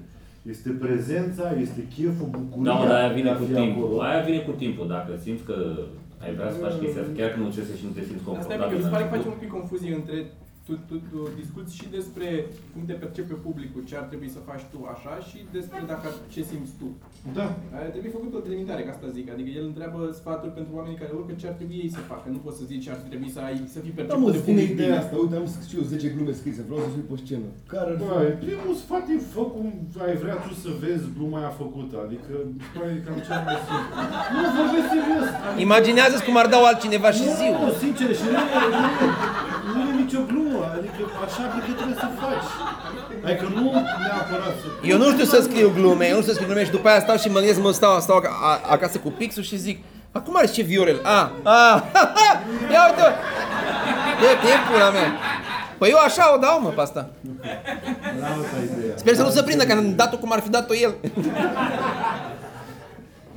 Speaker 4: Este prezența, este cheful, bucuria.
Speaker 3: Da, mă, dar aia
Speaker 4: de
Speaker 3: vine
Speaker 4: a
Speaker 3: cu
Speaker 4: fi
Speaker 3: timpul.
Speaker 4: acolo.
Speaker 3: Aia vine cu timpul. Dacă simți că ai vrea să faci chestia, asta, chiar când nu încerci și nu te simți
Speaker 6: Asta e mică, mi
Speaker 3: confortabil.
Speaker 6: se pare că facem un pic confuzie între tu, tu, tu discuți și despre cum te percepe publicul, ce ar trebui să faci tu așa și despre dacă ce simți tu.
Speaker 4: Da.
Speaker 6: Ar trebui făcut o delimitare, ca asta zic. Adică el întreabă sfaturi pentru oamenii care urcă ce ar trebui ei să facă. Nu poți să zici ce ar trebui să ai, să fii
Speaker 10: Da, mă,
Speaker 6: perceput de
Speaker 10: îți vine
Speaker 6: public bine.
Speaker 10: ideea asta. Uite, am scris și eu 10 glume scrise. Vreau să fiu pe scenă. Care ar
Speaker 4: Bă,
Speaker 10: fi?
Speaker 4: Da, primul sfat e fă cum ai vrea tu să vezi gluma aia făcută, adică bă, e cam cel mai simplu. Nu, vorbesc serios. Adică,
Speaker 5: Imaginează-ți cum ar dau altcineva și ziua.
Speaker 4: nu, sincer, și nu e, nu, e- nu e nicio glumă, adică așa cred că trebuie să faci. Adică nu neapărat să...
Speaker 5: Eu nu știu să scriu glume, eu nu știu să scriu glume și după aia stau și mă gândesc, mă stau, stau ac- a- acasă cu pixul și zic Acum are și Viorel, a, a, [LAUGHS] ia uite Bă, e pula mea Păi eu așa o dau, mă, pe asta
Speaker 4: Da, asta e ideea.
Speaker 5: Sper să nu se prindă, că am dat-o cum ar fi dat-o el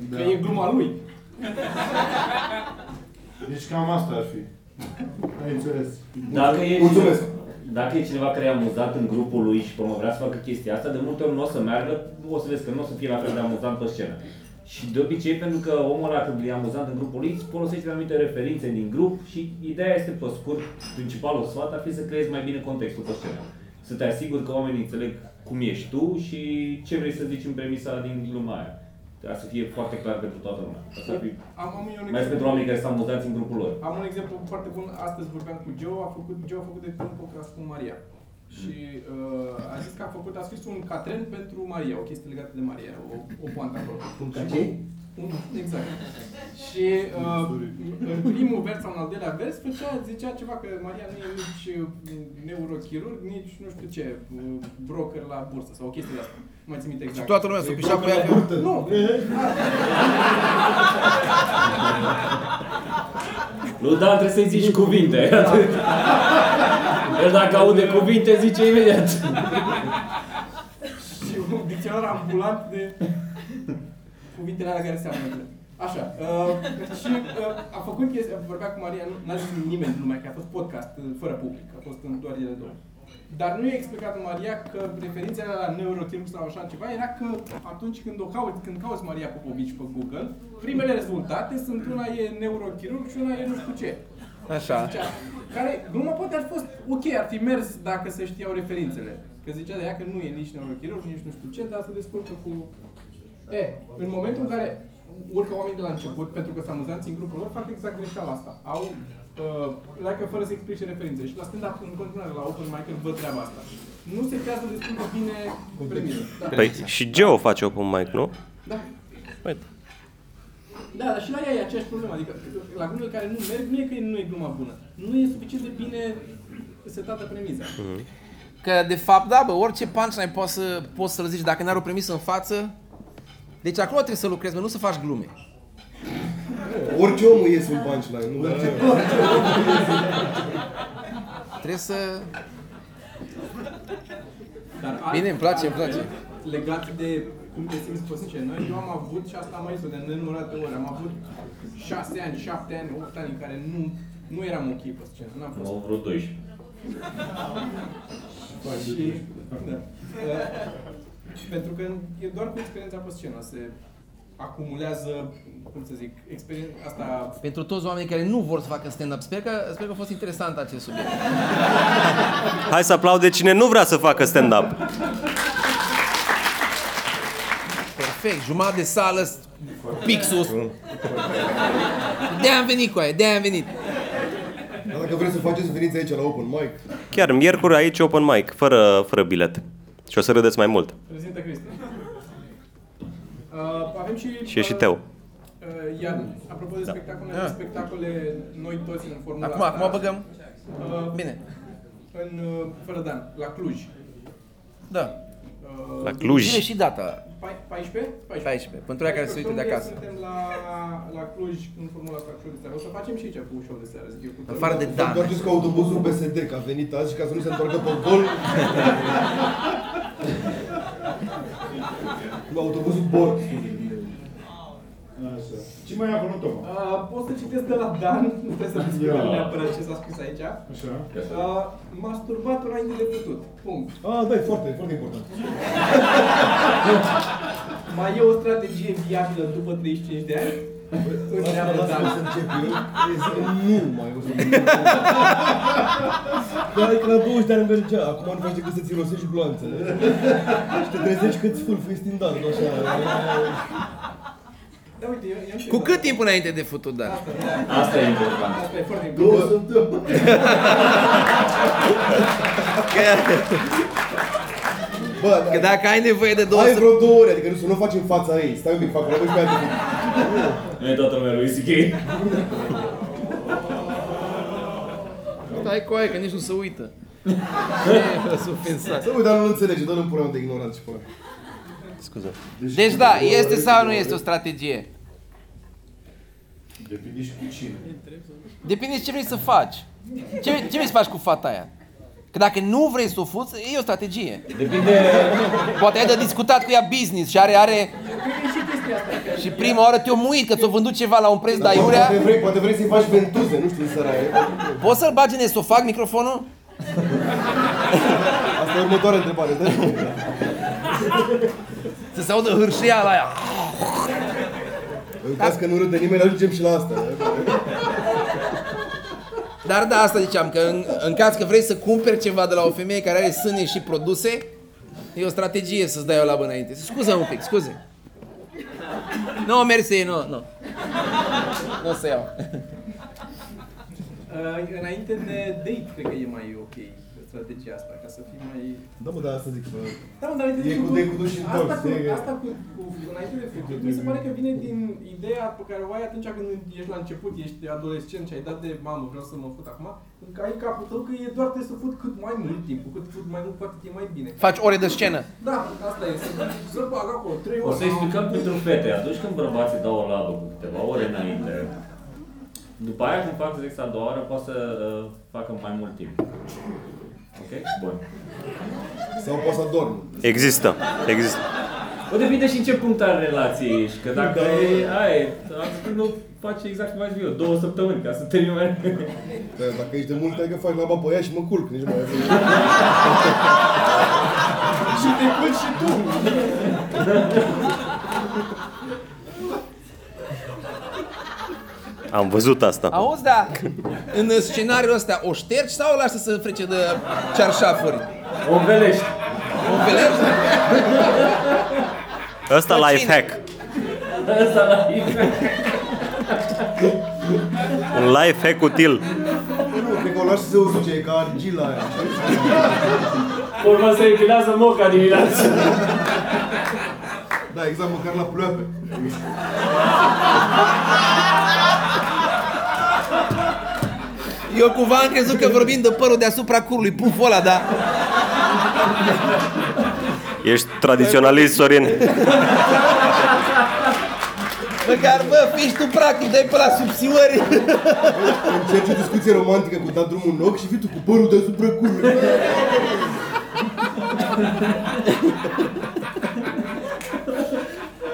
Speaker 10: Da.
Speaker 6: Că e gluma lui.
Speaker 4: Deci cam asta ar fi. Ai înțeles.
Speaker 3: Dacă e,
Speaker 10: Mulțumesc.
Speaker 3: Dacă e cineva care e amuzat în grupul lui și cum vrea să facă chestia asta, de multe ori nu o să meargă, o să vezi că nu o să fie la fel de amuzant pe scenă. Și de obicei, pentru că omul ăla când e amuzant în grupul lui, îți folosește anumite referințe din grup și ideea este, pe scurt, principalul sfat ar fi să creezi mai bine contextul pe scenă. Să te asiguri că oamenii înțeleg cum ești tu și ce vrei să zici în premisa din gluma aia. Ca să fie foarte clar pentru toată lumea. Asta ar fi,
Speaker 6: Am, am eu un
Speaker 3: mai ales pentru oamenii care sunt amuzați în grupul lor.
Speaker 6: Am un exemplu foarte bun. Astăzi vorbeam cu Joe, a făcut, Joe a făcut de curând podcast cu Maria. Și uh, a zis că a făcut, a scris un catren pentru Maria, o chestie legată de Maria, o, o poantă acolo. Un catren? Un, exact. Și uh, în primul vers sau în al doilea vers făcea, zicea ceva că Maria nu e nici uh, neurochirurg, nici nu știu ce, uh, broker la bursă sau o chestie de asta. Nu mai țin minte exact.
Speaker 5: Toată lumea s-a pișat pe ea
Speaker 6: Nu,
Speaker 3: Nu, da, trebuie să-i zici cuvinte. El dacă aude cuvinte, zice imediat.
Speaker 6: și un dicționar ambulant de cuvintele alea care seamănă. cred. Așa, uh, și uh, a făcut chestia, vorbea cu Maria, nu- n-a zis nimeni din lumea că a fost podcast uh, fără public, a fost în doar ele două. Dar nu i-a explicat lui Maria că referința alea la neurochirurg sau așa ceva era că atunci când o cauți, când cauți Maria Popovici pe Google, primele rezultate sunt una e neurochirurg și una e nu știu ce.
Speaker 5: Așa
Speaker 6: Zicea, care gluma poate ar fi fost ok, ar fi mers dacă se știau referințele. Că zicea de ea că nu e nici neurochirurg, nici nu știu ce, dar se descurcă cu... E, în momentul în care urcă oamenii de la început, pentru că s-au amuzanți în grupul lor, fac exact greșeala asta. Au uh, like fără să explice referințe. Și la stand-up, în continuare, la open mic văd treaba asta. Nu se creează destul de bine premisa. Da.
Speaker 9: Păi și Geo face open mic, nu?
Speaker 6: da.
Speaker 9: Uite.
Speaker 6: Da, dar și la ea e aceeași problemă. Adică la glumele care nu merg, nu e că nu e gluma bună. Nu e suficient de bine setată premiza.
Speaker 5: Că de fapt, da, bă, orice punchline poți, să, poți să-l zici dacă n-ar o premisă în față Deci acolo trebuie să lucrezi, mă, nu să faci glume
Speaker 10: Orice om iese un punchline. Nu? Da.
Speaker 5: Trebuie să...
Speaker 6: Dar alt-
Speaker 5: Bine, îmi place, îmi place.
Speaker 6: Legat de cum te simți pe scenă, eu am avut, și asta am mai zis de nenumărate ori, am avut 6 ani, 7 ani, 8 ani în care nu, nu eram ok pe scenă, n-am fost.
Speaker 3: Au vreo 12.
Speaker 6: Și, da. Uh, Pentru că e doar cu experiența pe scenă se acumulează, cum să zic, experiența asta
Speaker 5: Pentru toți oamenii care nu vor să facă stand-up, sper că, sper că a fost interesant acest subiect.
Speaker 9: Hai să aplaude cine nu vrea să facă stand-up.
Speaker 5: Perfect, jumătate de sală, s- pixul. De-aia am venit cu aia, de-aia am venit.
Speaker 10: Dar dacă vreți să faceți, veniți aici la open mic.
Speaker 9: Chiar miercuri aici open mic, fără, fără bilet. Și o să râdeți mai mult.
Speaker 6: prezintă Cristi. Uh, avem și...
Speaker 9: Și e și
Speaker 6: uh,
Speaker 9: Teo.
Speaker 6: uh, Iar, apropo de spectacole, da. spectacole noi toți în formula
Speaker 5: Ah. Acum,
Speaker 6: asta.
Speaker 5: acum băgăm.
Speaker 6: Uh,
Speaker 5: Bine,
Speaker 6: În uh, Fărădan, la Cluj.
Speaker 5: da.
Speaker 6: Uh,
Speaker 9: La
Speaker 5: Zile
Speaker 9: Cluj.
Speaker 5: și data,
Speaker 6: pai- 14?
Speaker 5: 14, pentru aia care se uită de acasă.
Speaker 6: Suntem la, la Cluj, în formula asta, show de seară. O să facem și aici cu show de seară, zic eu. Cu
Speaker 5: Afară de Dan.
Speaker 10: Doar știți că autobuzul PSD că a venit azi și ca să nu se întoarcă pe gol. Cu autobuzul Bor.
Speaker 4: Așa. Ce mai e acolo, Toma?
Speaker 6: Uh, pot să citesc de la Dan, nu trebuie să discutăm
Speaker 4: Ia.
Speaker 6: neapărat ce s-a scris aici.
Speaker 4: Așa.
Speaker 6: Uh, masturbat înainte de putut. Punct.
Speaker 10: Ah, da, e foarte, foarte important.
Speaker 6: Mai e o strategie viabilă după 35 de ani?
Speaker 10: Asta lasă să încep eu. Nu mai o să Dar adică la 20 de ani îmi mergea. Acum nu faci decât să-ți irosești gloanțele. Și te trezești cât sfâlfâi standard, așa.
Speaker 6: Da, uite, eu, eu
Speaker 5: Cu cât timp înainte de futut, da?
Speaker 3: Asta e important.
Speaker 6: Asta e foarte important.
Speaker 10: Două săptămâni. Bă,
Speaker 5: Că dacă ai nevoie de două
Speaker 10: ai
Speaker 5: săptămâni...
Speaker 10: vreo două ore, adică nu, să nu o faci în fața ei. Stai un pic, fac o și mai
Speaker 3: Nu e toată lumea lui CK.
Speaker 5: Stai cu aia, că nici nu se uită. E, sunt ofensat.
Speaker 10: Să mă, dar nu înțelege, dar nu pune unde ignorat și până.
Speaker 9: Scuze.
Speaker 5: Deci da, este sau nu este o strategie?
Speaker 4: Depinde și cu cine.
Speaker 5: Depinde ce vrei să faci. Ce, ce vrei să faci cu fata aia? Că dacă nu vrei să o fuți, e o strategie.
Speaker 3: Depinde...
Speaker 5: Poate ai de discutat cu ea business și are, are... Și prima oară te-o muit că ți-o vândut ceva la un preț
Speaker 10: Da,
Speaker 5: de aiurea.
Speaker 10: Poate vrei, poate vrei să-i faci ventuze, nu știu, în săraie.
Speaker 5: Poți să-l bagi în esofag microfonul?
Speaker 10: Asta e următoarea întrebare, [LAUGHS] da?
Speaker 5: Să se audă hârșia la aia.
Speaker 10: Uitați că nu râde nimeni, ajungem și la asta.
Speaker 5: Dar da, asta ziceam, că în, în caz că vrei să cumperi ceva de la o femeie care are sâne și produse, e o strategie să-ți dai o labă înainte. Scuze un pic, scuze. Nu, mersi, nu, nu. Nu o să iau.
Speaker 6: Uh, înainte de date, cred că e mai ok strategia asta, ca să fii mai...
Speaker 10: Da, mă, da, asta zic, bă.
Speaker 6: Da, mă, dar înainte
Speaker 10: E
Speaker 6: de
Speaker 10: cu
Speaker 6: făcut-
Speaker 10: de- cu duș și
Speaker 6: asta,
Speaker 10: întors,
Speaker 6: cu,
Speaker 10: e-
Speaker 6: asta cu, cu, înainte de făcut, mi se pare că vine din ideea pe care o ai atunci când ești la început, ești adolescent și ai dat de mamă, vreau să mă fut acum, că ai în capul tău că e doar trebuie să fut cât mai mult timp, cu cât fut mai mult, cu atât e mai bine.
Speaker 5: Faci ore de scenă.
Speaker 6: Da, asta e, să, [LAUGHS] să bag acolo 3 ore.
Speaker 3: O să explicăm pentru fete. Atunci când bărbații dau o labă cu câteva ore înainte, după aia când fac sex a doua oară, poate să uh, facă mai mult timp. Ok? Bun.
Speaker 10: Sau poți să adormi.
Speaker 9: Există, există.
Speaker 3: O depinde și în ce punct are relației ești, că dacă e, ai, acum nu face exact cum ai zis eu, două săptămâni ca să [LAUGHS] termine.
Speaker 10: Că Dacă ești de mult, cred că faci la bapă ea și mă culc, nici mai avem.
Speaker 6: și te culci și tu.
Speaker 9: Am văzut asta.
Speaker 5: Auzi, da, în scenariul ăsta o ștergi sau o lași să se frece de cearșafuri? eh?
Speaker 3: O învelești.
Speaker 5: O velești?
Speaker 9: Ăsta
Speaker 5: Pe
Speaker 9: life
Speaker 5: cine?
Speaker 9: hack.
Speaker 3: Asta la
Speaker 9: Un life hack util.
Speaker 10: Nu, cred că o lași să se usuce, e ca argila aia.
Speaker 3: Urmă să epilează moca dimineața.
Speaker 10: Da, exact, măcar la ploape.
Speaker 5: Eu cumva am crezut că vorbim de părul deasupra curului, puful ăla, da?
Speaker 9: Ești tradiționalist, Sorin.
Speaker 5: Măcar, bă, fii și tu practic, dai pe la subțiori.
Speaker 10: Încerci o discuție romantică cu dat drumul în ochi și vii tu cu părul deasupra curului.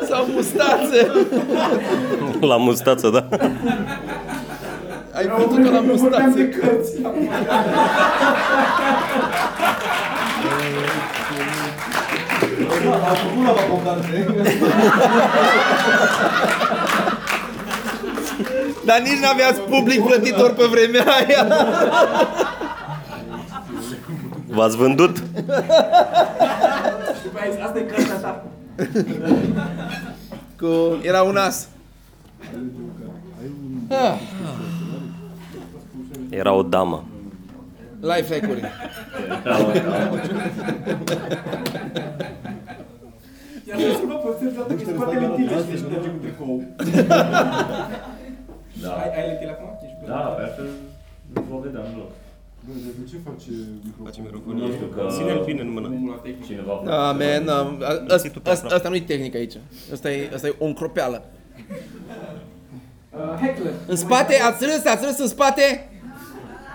Speaker 5: Sau mustață.
Speaker 9: La mustață, da.
Speaker 5: Ai putut-o la mustață.
Speaker 6: de cărți.
Speaker 10: A făcut la bapă o carte.
Speaker 5: Dar nici n-aveați public plătitor pe vremea aia.
Speaker 9: V-ați vândut?
Speaker 6: După aia zici, asta e cărția ta.
Speaker 5: Cu... Era un as. Ah,
Speaker 9: Era o damă.
Speaker 5: life hack-uri.
Speaker 6: Iar să mă pățesc toată că spatele tine și ești merge cu [LAUGHS] tricou.
Speaker 3: Da.
Speaker 6: Ai, ai lentile acum? Ești pe-
Speaker 3: Da, pe altfel nu vă vedeam deloc.
Speaker 4: Bă, dar de ce face microfonul? Face microfonul.
Speaker 3: Nu știu că
Speaker 9: Ține-l bine în mână.
Speaker 6: Omul la tehnică.
Speaker 3: cineva a
Speaker 5: Da, man, am- a- ăs- ăs- asta nu e tehnică aici. Asta e, asta e o încropeală.
Speaker 6: Uh, Heckler.
Speaker 5: În spate, ați râs, ați râs în spate?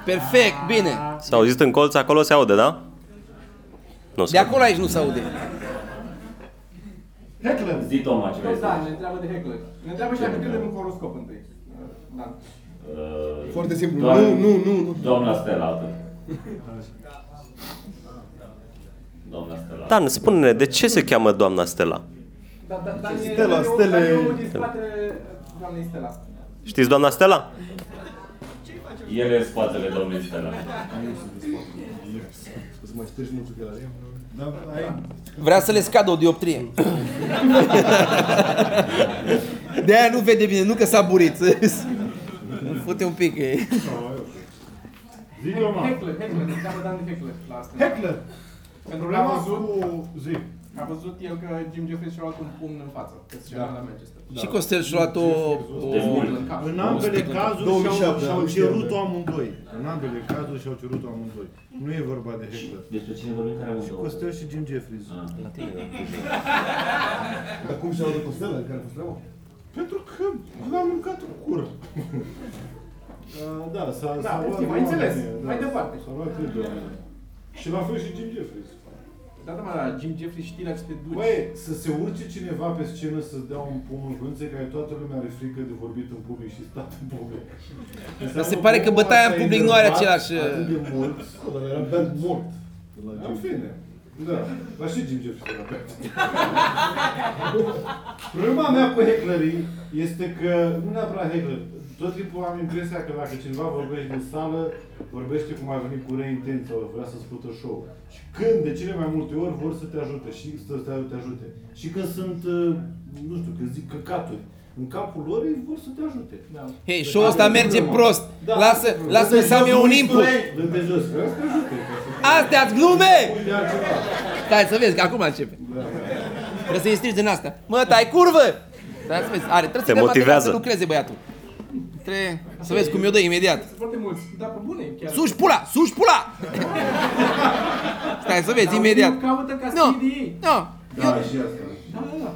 Speaker 5: Perfect, bine.
Speaker 9: S-a auzit în colț, acolo se aude, da? Nu
Speaker 5: De
Speaker 9: se aude.
Speaker 5: acolo aici nu se aude.
Speaker 4: Heckler!
Speaker 3: Zi Toma ce vrei să
Speaker 6: Da, ne întreabă de Heckler. Ne întreabă și dacă credem în horoscop întâi. Uh, Da.
Speaker 3: Uh,
Speaker 10: Foarte simplu.
Speaker 3: Doamne.
Speaker 10: Nu, nu, nu, nu.
Speaker 3: Doamna Stella atât. Doamna Stella.
Speaker 9: Dan, spune-ne, de ce se cheamă doamna Stella?
Speaker 6: Da, da, da,
Speaker 10: Stela, stele-
Speaker 6: din spatele doamnei Stella.
Speaker 9: Știți doamna Stella?
Speaker 3: El e în spatele domnului Stella.
Speaker 10: Că să mai ștergi mulți ochelari.
Speaker 4: Dar ai...
Speaker 5: Vrea să le scadă o [LAUGHS] dioptrie. De aia nu vede bine, nu că s-a burit. Îmi Fute un pic. e.
Speaker 4: Zi, Toma.
Speaker 6: Heckler, Heckler, cheamă Dan Heckler la asta.
Speaker 4: Heckler!
Speaker 6: Pentru că a
Speaker 4: Problema cu...
Speaker 6: văzut,
Speaker 4: Zi.
Speaker 6: a văzut el că Jim Jeffries și-a luat un pumn în față, că se da. la Manchester.
Speaker 5: Și Costel și-a luat o... o-
Speaker 3: De mult.
Speaker 6: În cap.
Speaker 4: În ambele cazuri
Speaker 10: 2007,
Speaker 4: și-au, și-au
Speaker 10: nu știu,
Speaker 4: cerut-o
Speaker 10: da.
Speaker 4: amândoi. În ambele cazuri și-au cerut-o amândoi. Nu e vorba de Heckler.
Speaker 3: Despre cine vorbim care a avut două?
Speaker 4: Costel și Jim Jeffries.
Speaker 10: Dar cum și-a luat Costel? Care a fost treaba?
Speaker 4: Pentru că l-am mâncat în [LAUGHS] cură. Uh, Ah, da, s-a, s-a luat
Speaker 6: efectiv, ai
Speaker 4: oameni,
Speaker 6: înțeles.
Speaker 4: da,
Speaker 6: Mai departe.
Speaker 4: S-a luat de oameni. Și la fel și Jim Jeffries.
Speaker 6: Dar da, mă, la Jim Jeffries știi la ce te duci.
Speaker 4: Băi, să se urce cineva pe scenă să dea un pumn în gânțe care toată lumea are frică de vorbit în public și stat în public. Dar
Speaker 5: se pare că bătaia în public nu are același, uh,
Speaker 4: Atât de mult,
Speaker 10: Ăla era band mort.
Speaker 4: în fine. Da, dar și Jim Jeffries era pe Problema mea cu hecklerii este că nu neapărat heckler. Tot timpul am impresia că dacă cineva vorbește în sală, vorbește cum a venit cu rea intenție, ori vrea să scută show. Și când, de cele mai multe ori, vor să te ajute și să te te ajute. Și când sunt, uh, nu știu, când zic căcaturi, în capul lor ei vor să te ajute. Da.
Speaker 5: Hei, show-ul ăsta merge Da. prost. Lasă, lasă-mi să am eu un input.
Speaker 4: Dă de jos, vreau să te ajute. ca să
Speaker 5: Astea-ți glume!
Speaker 4: pui de altceva.
Speaker 5: Stai să vezi, că acum începe. Trebuie să-i strici din asta. Mă, tai curvă! Dar să vezi, are, trebuie să
Speaker 9: Te
Speaker 5: dea material
Speaker 9: motivează.
Speaker 5: Să lucreze băiatul. Trebuie să vezi cum i-o dă imediat.
Speaker 6: Sunt foarte mulți, dar pe bune chiar.
Speaker 5: Suși pula! Suși pula! [LAUGHS] Stai să vezi, imediat.
Speaker 6: Nu caută ca
Speaker 5: Nu,
Speaker 6: să fie de ei.
Speaker 5: nu,
Speaker 4: Da, și asta.
Speaker 6: Da, da, da.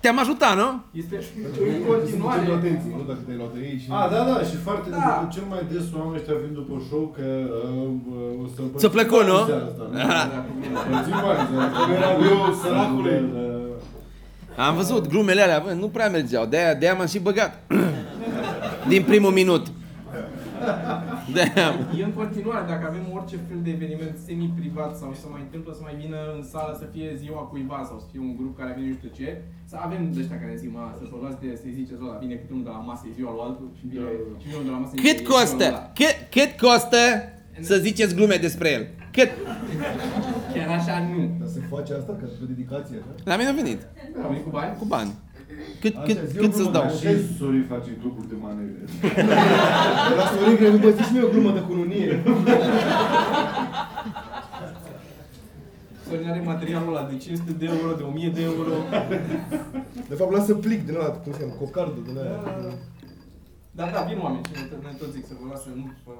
Speaker 5: te-am ajutat, nu?
Speaker 6: Este în
Speaker 10: Continuare.
Speaker 6: continuare.
Speaker 10: atenție, nu dacă te-ai luat de ei și...
Speaker 4: A, da, da, și foarte
Speaker 6: Da.
Speaker 4: da. cel mai des oamenii ăștia vin după show că uh, uh, o să
Speaker 5: Ți-a plăcut, nu?
Speaker 4: Îți bani, da. Eu, săracule.
Speaker 5: Am văzut glumele alea, bă, nu prea mergeau, de-aia, de-aia m-am și băgat. [CLEARS THROAT] Din primul minut. De-aia.
Speaker 6: E în continuare, dacă avem orice fel de eveniment semi-privat sau să mai întâmplă să mai vină în sală să fie ziua cuiva sau să fie un grup care vine nu știu ce, să avem de ăștia care zic, mă, să vă luați de, să-i ziceți, ăla vine câte unul de la masă, e ziua lui altul și vine și vine unul de la masă. e
Speaker 5: Cât
Speaker 6: ziua lui
Speaker 5: costă?
Speaker 6: ăla."
Speaker 5: Cât, cât costă să ziceți glume despre el? Cât?
Speaker 6: Chiar așa nu.
Speaker 10: Dar se face asta ca pe dedicație, da?
Speaker 5: La mine a venit.
Speaker 6: Am venit cu bani?
Speaker 5: Cu bani. Cât,
Speaker 10: Asta
Speaker 5: cât,
Speaker 10: zi o
Speaker 5: cât să-ți
Speaker 10: glumă,
Speaker 5: dau?
Speaker 10: mă.
Speaker 4: Și Sori face grupuri de manevre.
Speaker 10: De la Sorin cred că bă, și mie o glumă de cununie.
Speaker 6: Sorin are materialul ăla de 500 de euro, de 1000 de euro.
Speaker 10: De fapt, lasă plic din ăla, cum se cheamă, cocardă din ăla.
Speaker 6: Dar da, vin oameni și ne, ne tot zic să vă las să nu vă,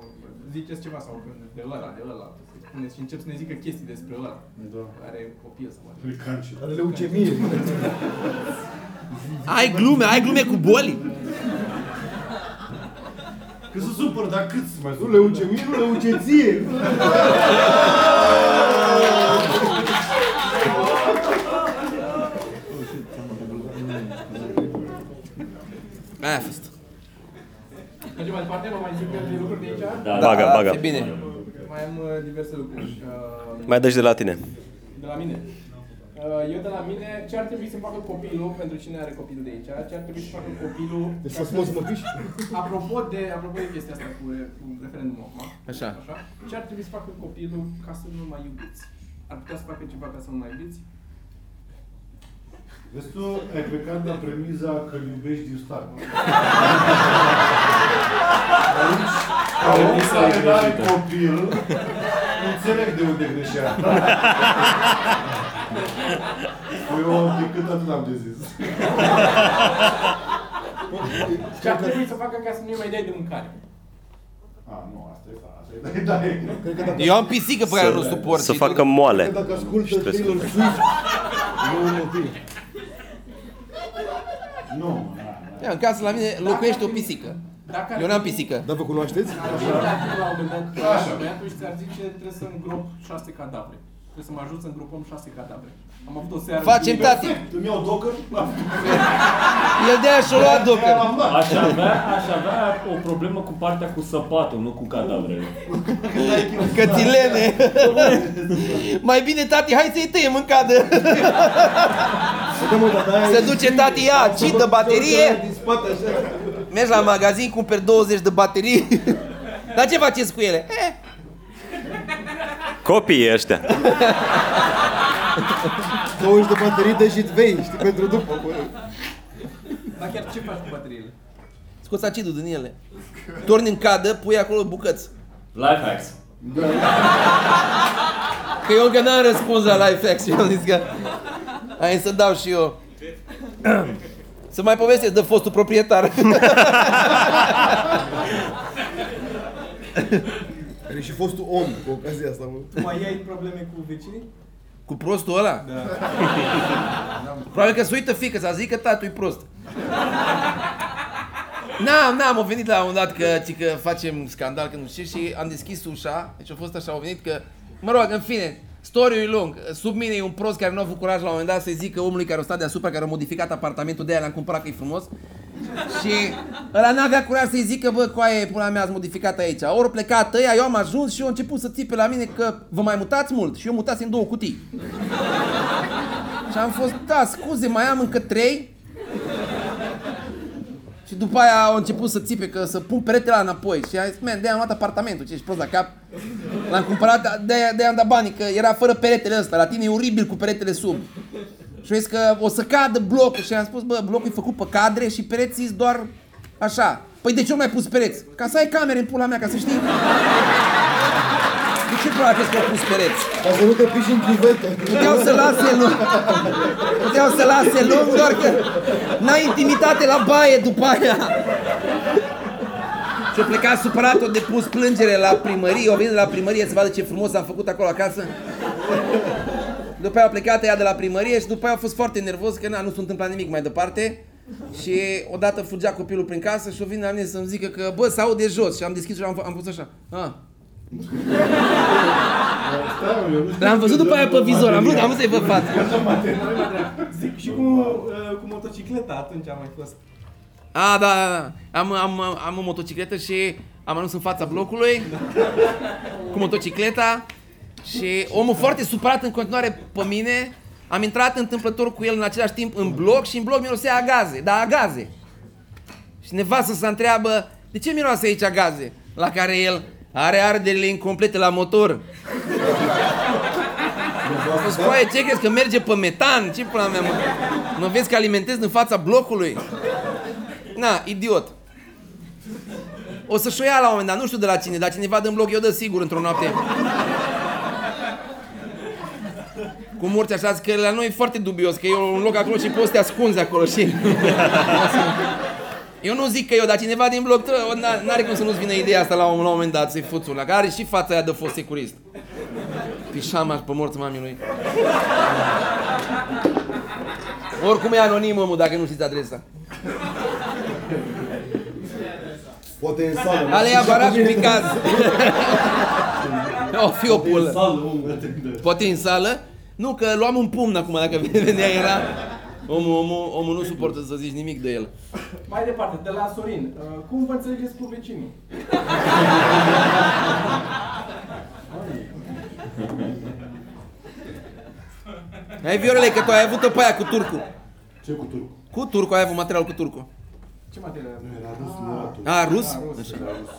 Speaker 6: ziceți ceva sau de ăla, de ăla, să spuneți și încep să ne zică chestii despre ăla.
Speaker 4: Da.
Speaker 6: Are copil sau mai.
Speaker 4: Fricanci.
Speaker 10: Are leucemie.
Speaker 5: Ai glume, ai glume cu boli?
Speaker 4: Că se supăr, dar cât se mai
Speaker 10: Nu
Speaker 4: supăr?
Speaker 10: leucemie, nu leuceție.
Speaker 5: Aia a fost.
Speaker 6: Mergem mai departe, vă mai zic de lucruri de aici.
Speaker 3: Da,
Speaker 9: Bagă,
Speaker 5: Da,
Speaker 9: bagă.
Speaker 5: e Bine.
Speaker 6: Mai am uh, diverse lucruri. Uh,
Speaker 9: Mai dă și de la tine.
Speaker 6: de la mine. Uh, Eu de la mine, ce ar trebui să facă copilul, pentru cine are copil de aici, ce ar trebui să facă copilul,
Speaker 10: Deci s-a smuls mătuși?
Speaker 6: apropo de, apropo de chestia asta cu, re- cu referendumul acum,
Speaker 5: Așa.
Speaker 6: așa, ce ar trebui să facă copilul ca să nu mai iubiți? Ar putea să facă ceva ca să nu mai iubiți?
Speaker 4: Vezi tu, ai plecat de la premiza că îl iubești din start. Aici, ca om
Speaker 3: Premisa
Speaker 4: care nu are
Speaker 3: greșită.
Speaker 4: copil, înțeleg de unde greșea. Păi Eu decât atât am de zis.
Speaker 6: Ce ar trebui să facă ca să nu-i mai dai de mâncare?
Speaker 4: A, nu, asta e fa- asta e, da, e.
Speaker 10: Cred că dacă,
Speaker 5: Eu am pisică pe care nu o suport.
Speaker 9: Să
Speaker 5: și
Speaker 9: facă
Speaker 5: tot-
Speaker 10: cred că
Speaker 9: moale.
Speaker 10: Păi dacă ascultă
Speaker 9: Și trebuie să-
Speaker 10: Taylor Swift, nu e motiv.
Speaker 4: Nu, mă, na, na.
Speaker 5: Ia, În casă la mine locuiește o pisică.
Speaker 6: Dacă ar
Speaker 5: Eu n-am
Speaker 6: fi-
Speaker 5: pisică.
Speaker 10: Dar Da, vă cunoașteți?
Speaker 6: Ar fi dacă la un moment dat băiatul și ți-ar zice trebuie să îngrop șase cadavre. Trebuie să mă ajut să îngropăm șase cadavre. Am avut o seară...
Speaker 5: Facem
Speaker 6: întâlnire-
Speaker 5: tati.
Speaker 4: Îmi iau docker, la-
Speaker 5: El de-aia și-o luat docă.
Speaker 4: l-am luat.
Speaker 3: Aș avea, aș avea o problemă cu partea cu săpatul, nu cu cadavrele.
Speaker 5: Cățilene. Mai bine, tati, hai să-i tăiem în cadă.
Speaker 10: Păi da,
Speaker 4: Uite, mă, dar de-aia
Speaker 5: Se
Speaker 4: ai-
Speaker 5: duce tati, ia, ci de
Speaker 4: Uite,
Speaker 5: baterie.
Speaker 4: din spate, așa.
Speaker 5: Mergi la magazin, cumperi 20 de baterii. Dar ce faceți cu ele? Eh,
Speaker 9: Copiii ăștia.
Speaker 10: 20 de baterii de jitvei, știi, pentru după. Bă.
Speaker 6: Dar chiar ce faci cu bateriile?
Speaker 5: scoți acidul din ele. Torni în cadă, pui acolo bucăți.
Speaker 3: Life hacks.
Speaker 5: Că eu încă n-am răspuns la live și am zis că... Hai să dau și eu. Să mai povestesc de fostul proprietar.
Speaker 10: Are și fostul om cu ocazia asta, mă.
Speaker 6: Mai ai probleme cu vecinii?
Speaker 5: Cu prostul ăla? Da. [LAUGHS] Probabil că se uită fică, să zic că tatu e prost. N-am, n-am, au venit la un dat că, ci că facem scandal, că nu știu ce, și am deschis ușa, deci a fost așa, au venit că, mă rog, în fine, story e lung, sub mine e un prost care nu a avut curaj la un moment dat să-i zică omului care a stat deasupra, care a modificat apartamentul de aia, l-am cumpărat că e frumos, și ăla n-avea curaj să-i zică, bă, coaie, pula mea, ați modificat aici. Ori plecat ăia, eu am ajuns și eu început să țipe la mine că vă mai mutați mult și eu mutați în două cutii. Și am fost, da, scuze, mai am încă trei. Și după aia au început să țipe că să pun peretele la înapoi. Și am zis, man, de-aia am luat apartamentul, ce ești prost la cap? L-am cumpărat, de-aia, de-aia am dat banii, că era fără peretele ăsta. La tine e oribil cu peretele sub. Și au zis că o să cadă blocul. Și am spus, bă, blocul e făcut pe cadre și pereții sunt doar așa. Păi de ce nu mai pus pereți? Ca să ai camere în pula mea, ca să știi. De ce pula crezi că au pus pereți?
Speaker 10: Ca să nu te piși în chivetă.
Speaker 5: Puteau să lase lung. Puteau să lase lung, doar că n-ai intimitate la baie după aia. Și-a plecat supărat, a depus plângere la primărie, o venit la primărie să vadă ce frumos am făcut acolo acasă. După aia a plecat ea de la primărie și după aia a fost foarte nervos că na, nu s-a întâmplat nimic mai departe. Și odată fugea copilul prin casă și o vine la mine să-mi zică că, bă, se aude jos. Și am deschis și am, f- am pus așa. Ah.
Speaker 4: Stai, mă, eu nu știu
Speaker 5: Dar am văzut
Speaker 4: ce
Speaker 5: după aia pe
Speaker 4: zona
Speaker 5: vizor, am vrut,
Speaker 4: materială.
Speaker 5: am vrut să-i văd față.
Speaker 6: Zic, și cu, uh, cu motocicleta atunci am mai fost.
Speaker 5: A, da, da, da. Am, am, am o motocicletă și am ajuns în fața blocului cu motocicleta și omul foarte supărat în continuare pe mine. Am intrat întâmplător cu el în același timp în bloc și în bloc mirosea a gaze, da, a gaze. Și nevastă să întreabă, de ce miroase aici a gaze? La care el are arderile incomplete la motor. A fost, "Coaie, ce crezi că merge pe metan? Ce pula mea, mă? Mă vezi că alimentez în fața blocului? Na, idiot. O să-și o ia la un moment dat, nu știu de la cine, dar cineva dă în blog, eu dă sigur într-o noapte. Cu morți așa, zic că la noi e foarte dubios, că e un loc acolo și poți să te ascunzi acolo și... Eu nu zic că eu, dar cineva din blog, tră- n- n-are cum să nu-ți vină ideea asta la un, la un moment dat, să-i fuți una, că are și fața aia de fost securist. Pișama pe morți mamii lui. Oricum e anonim omul, dacă nu știți adresa.
Speaker 10: Poate e în sală.
Speaker 5: Ale ia baraj picaz. o fi o
Speaker 4: În
Speaker 5: pulă.
Speaker 4: sală, omul, atât de-
Speaker 5: Poate în sală? Nu, că luam un pumn acum, dacă [LAUGHS] vedea era... Omul, omul, omul nu suportă să zici nimic de el.
Speaker 6: Mai departe, de la Sorin, uh, cum vă înțelegeți cu vecinii?
Speaker 5: Ai Viorele, că tu ai avut-o pe aia cu turcu.
Speaker 4: Ce cu turcul?
Speaker 5: Cu turcu, ai avut material cu turcu.
Speaker 6: Ce materie Ah, aveți?
Speaker 4: Păi, Era rus, nu era turc.
Speaker 5: A,
Speaker 6: Da,
Speaker 5: Da, rus?
Speaker 4: Era rus.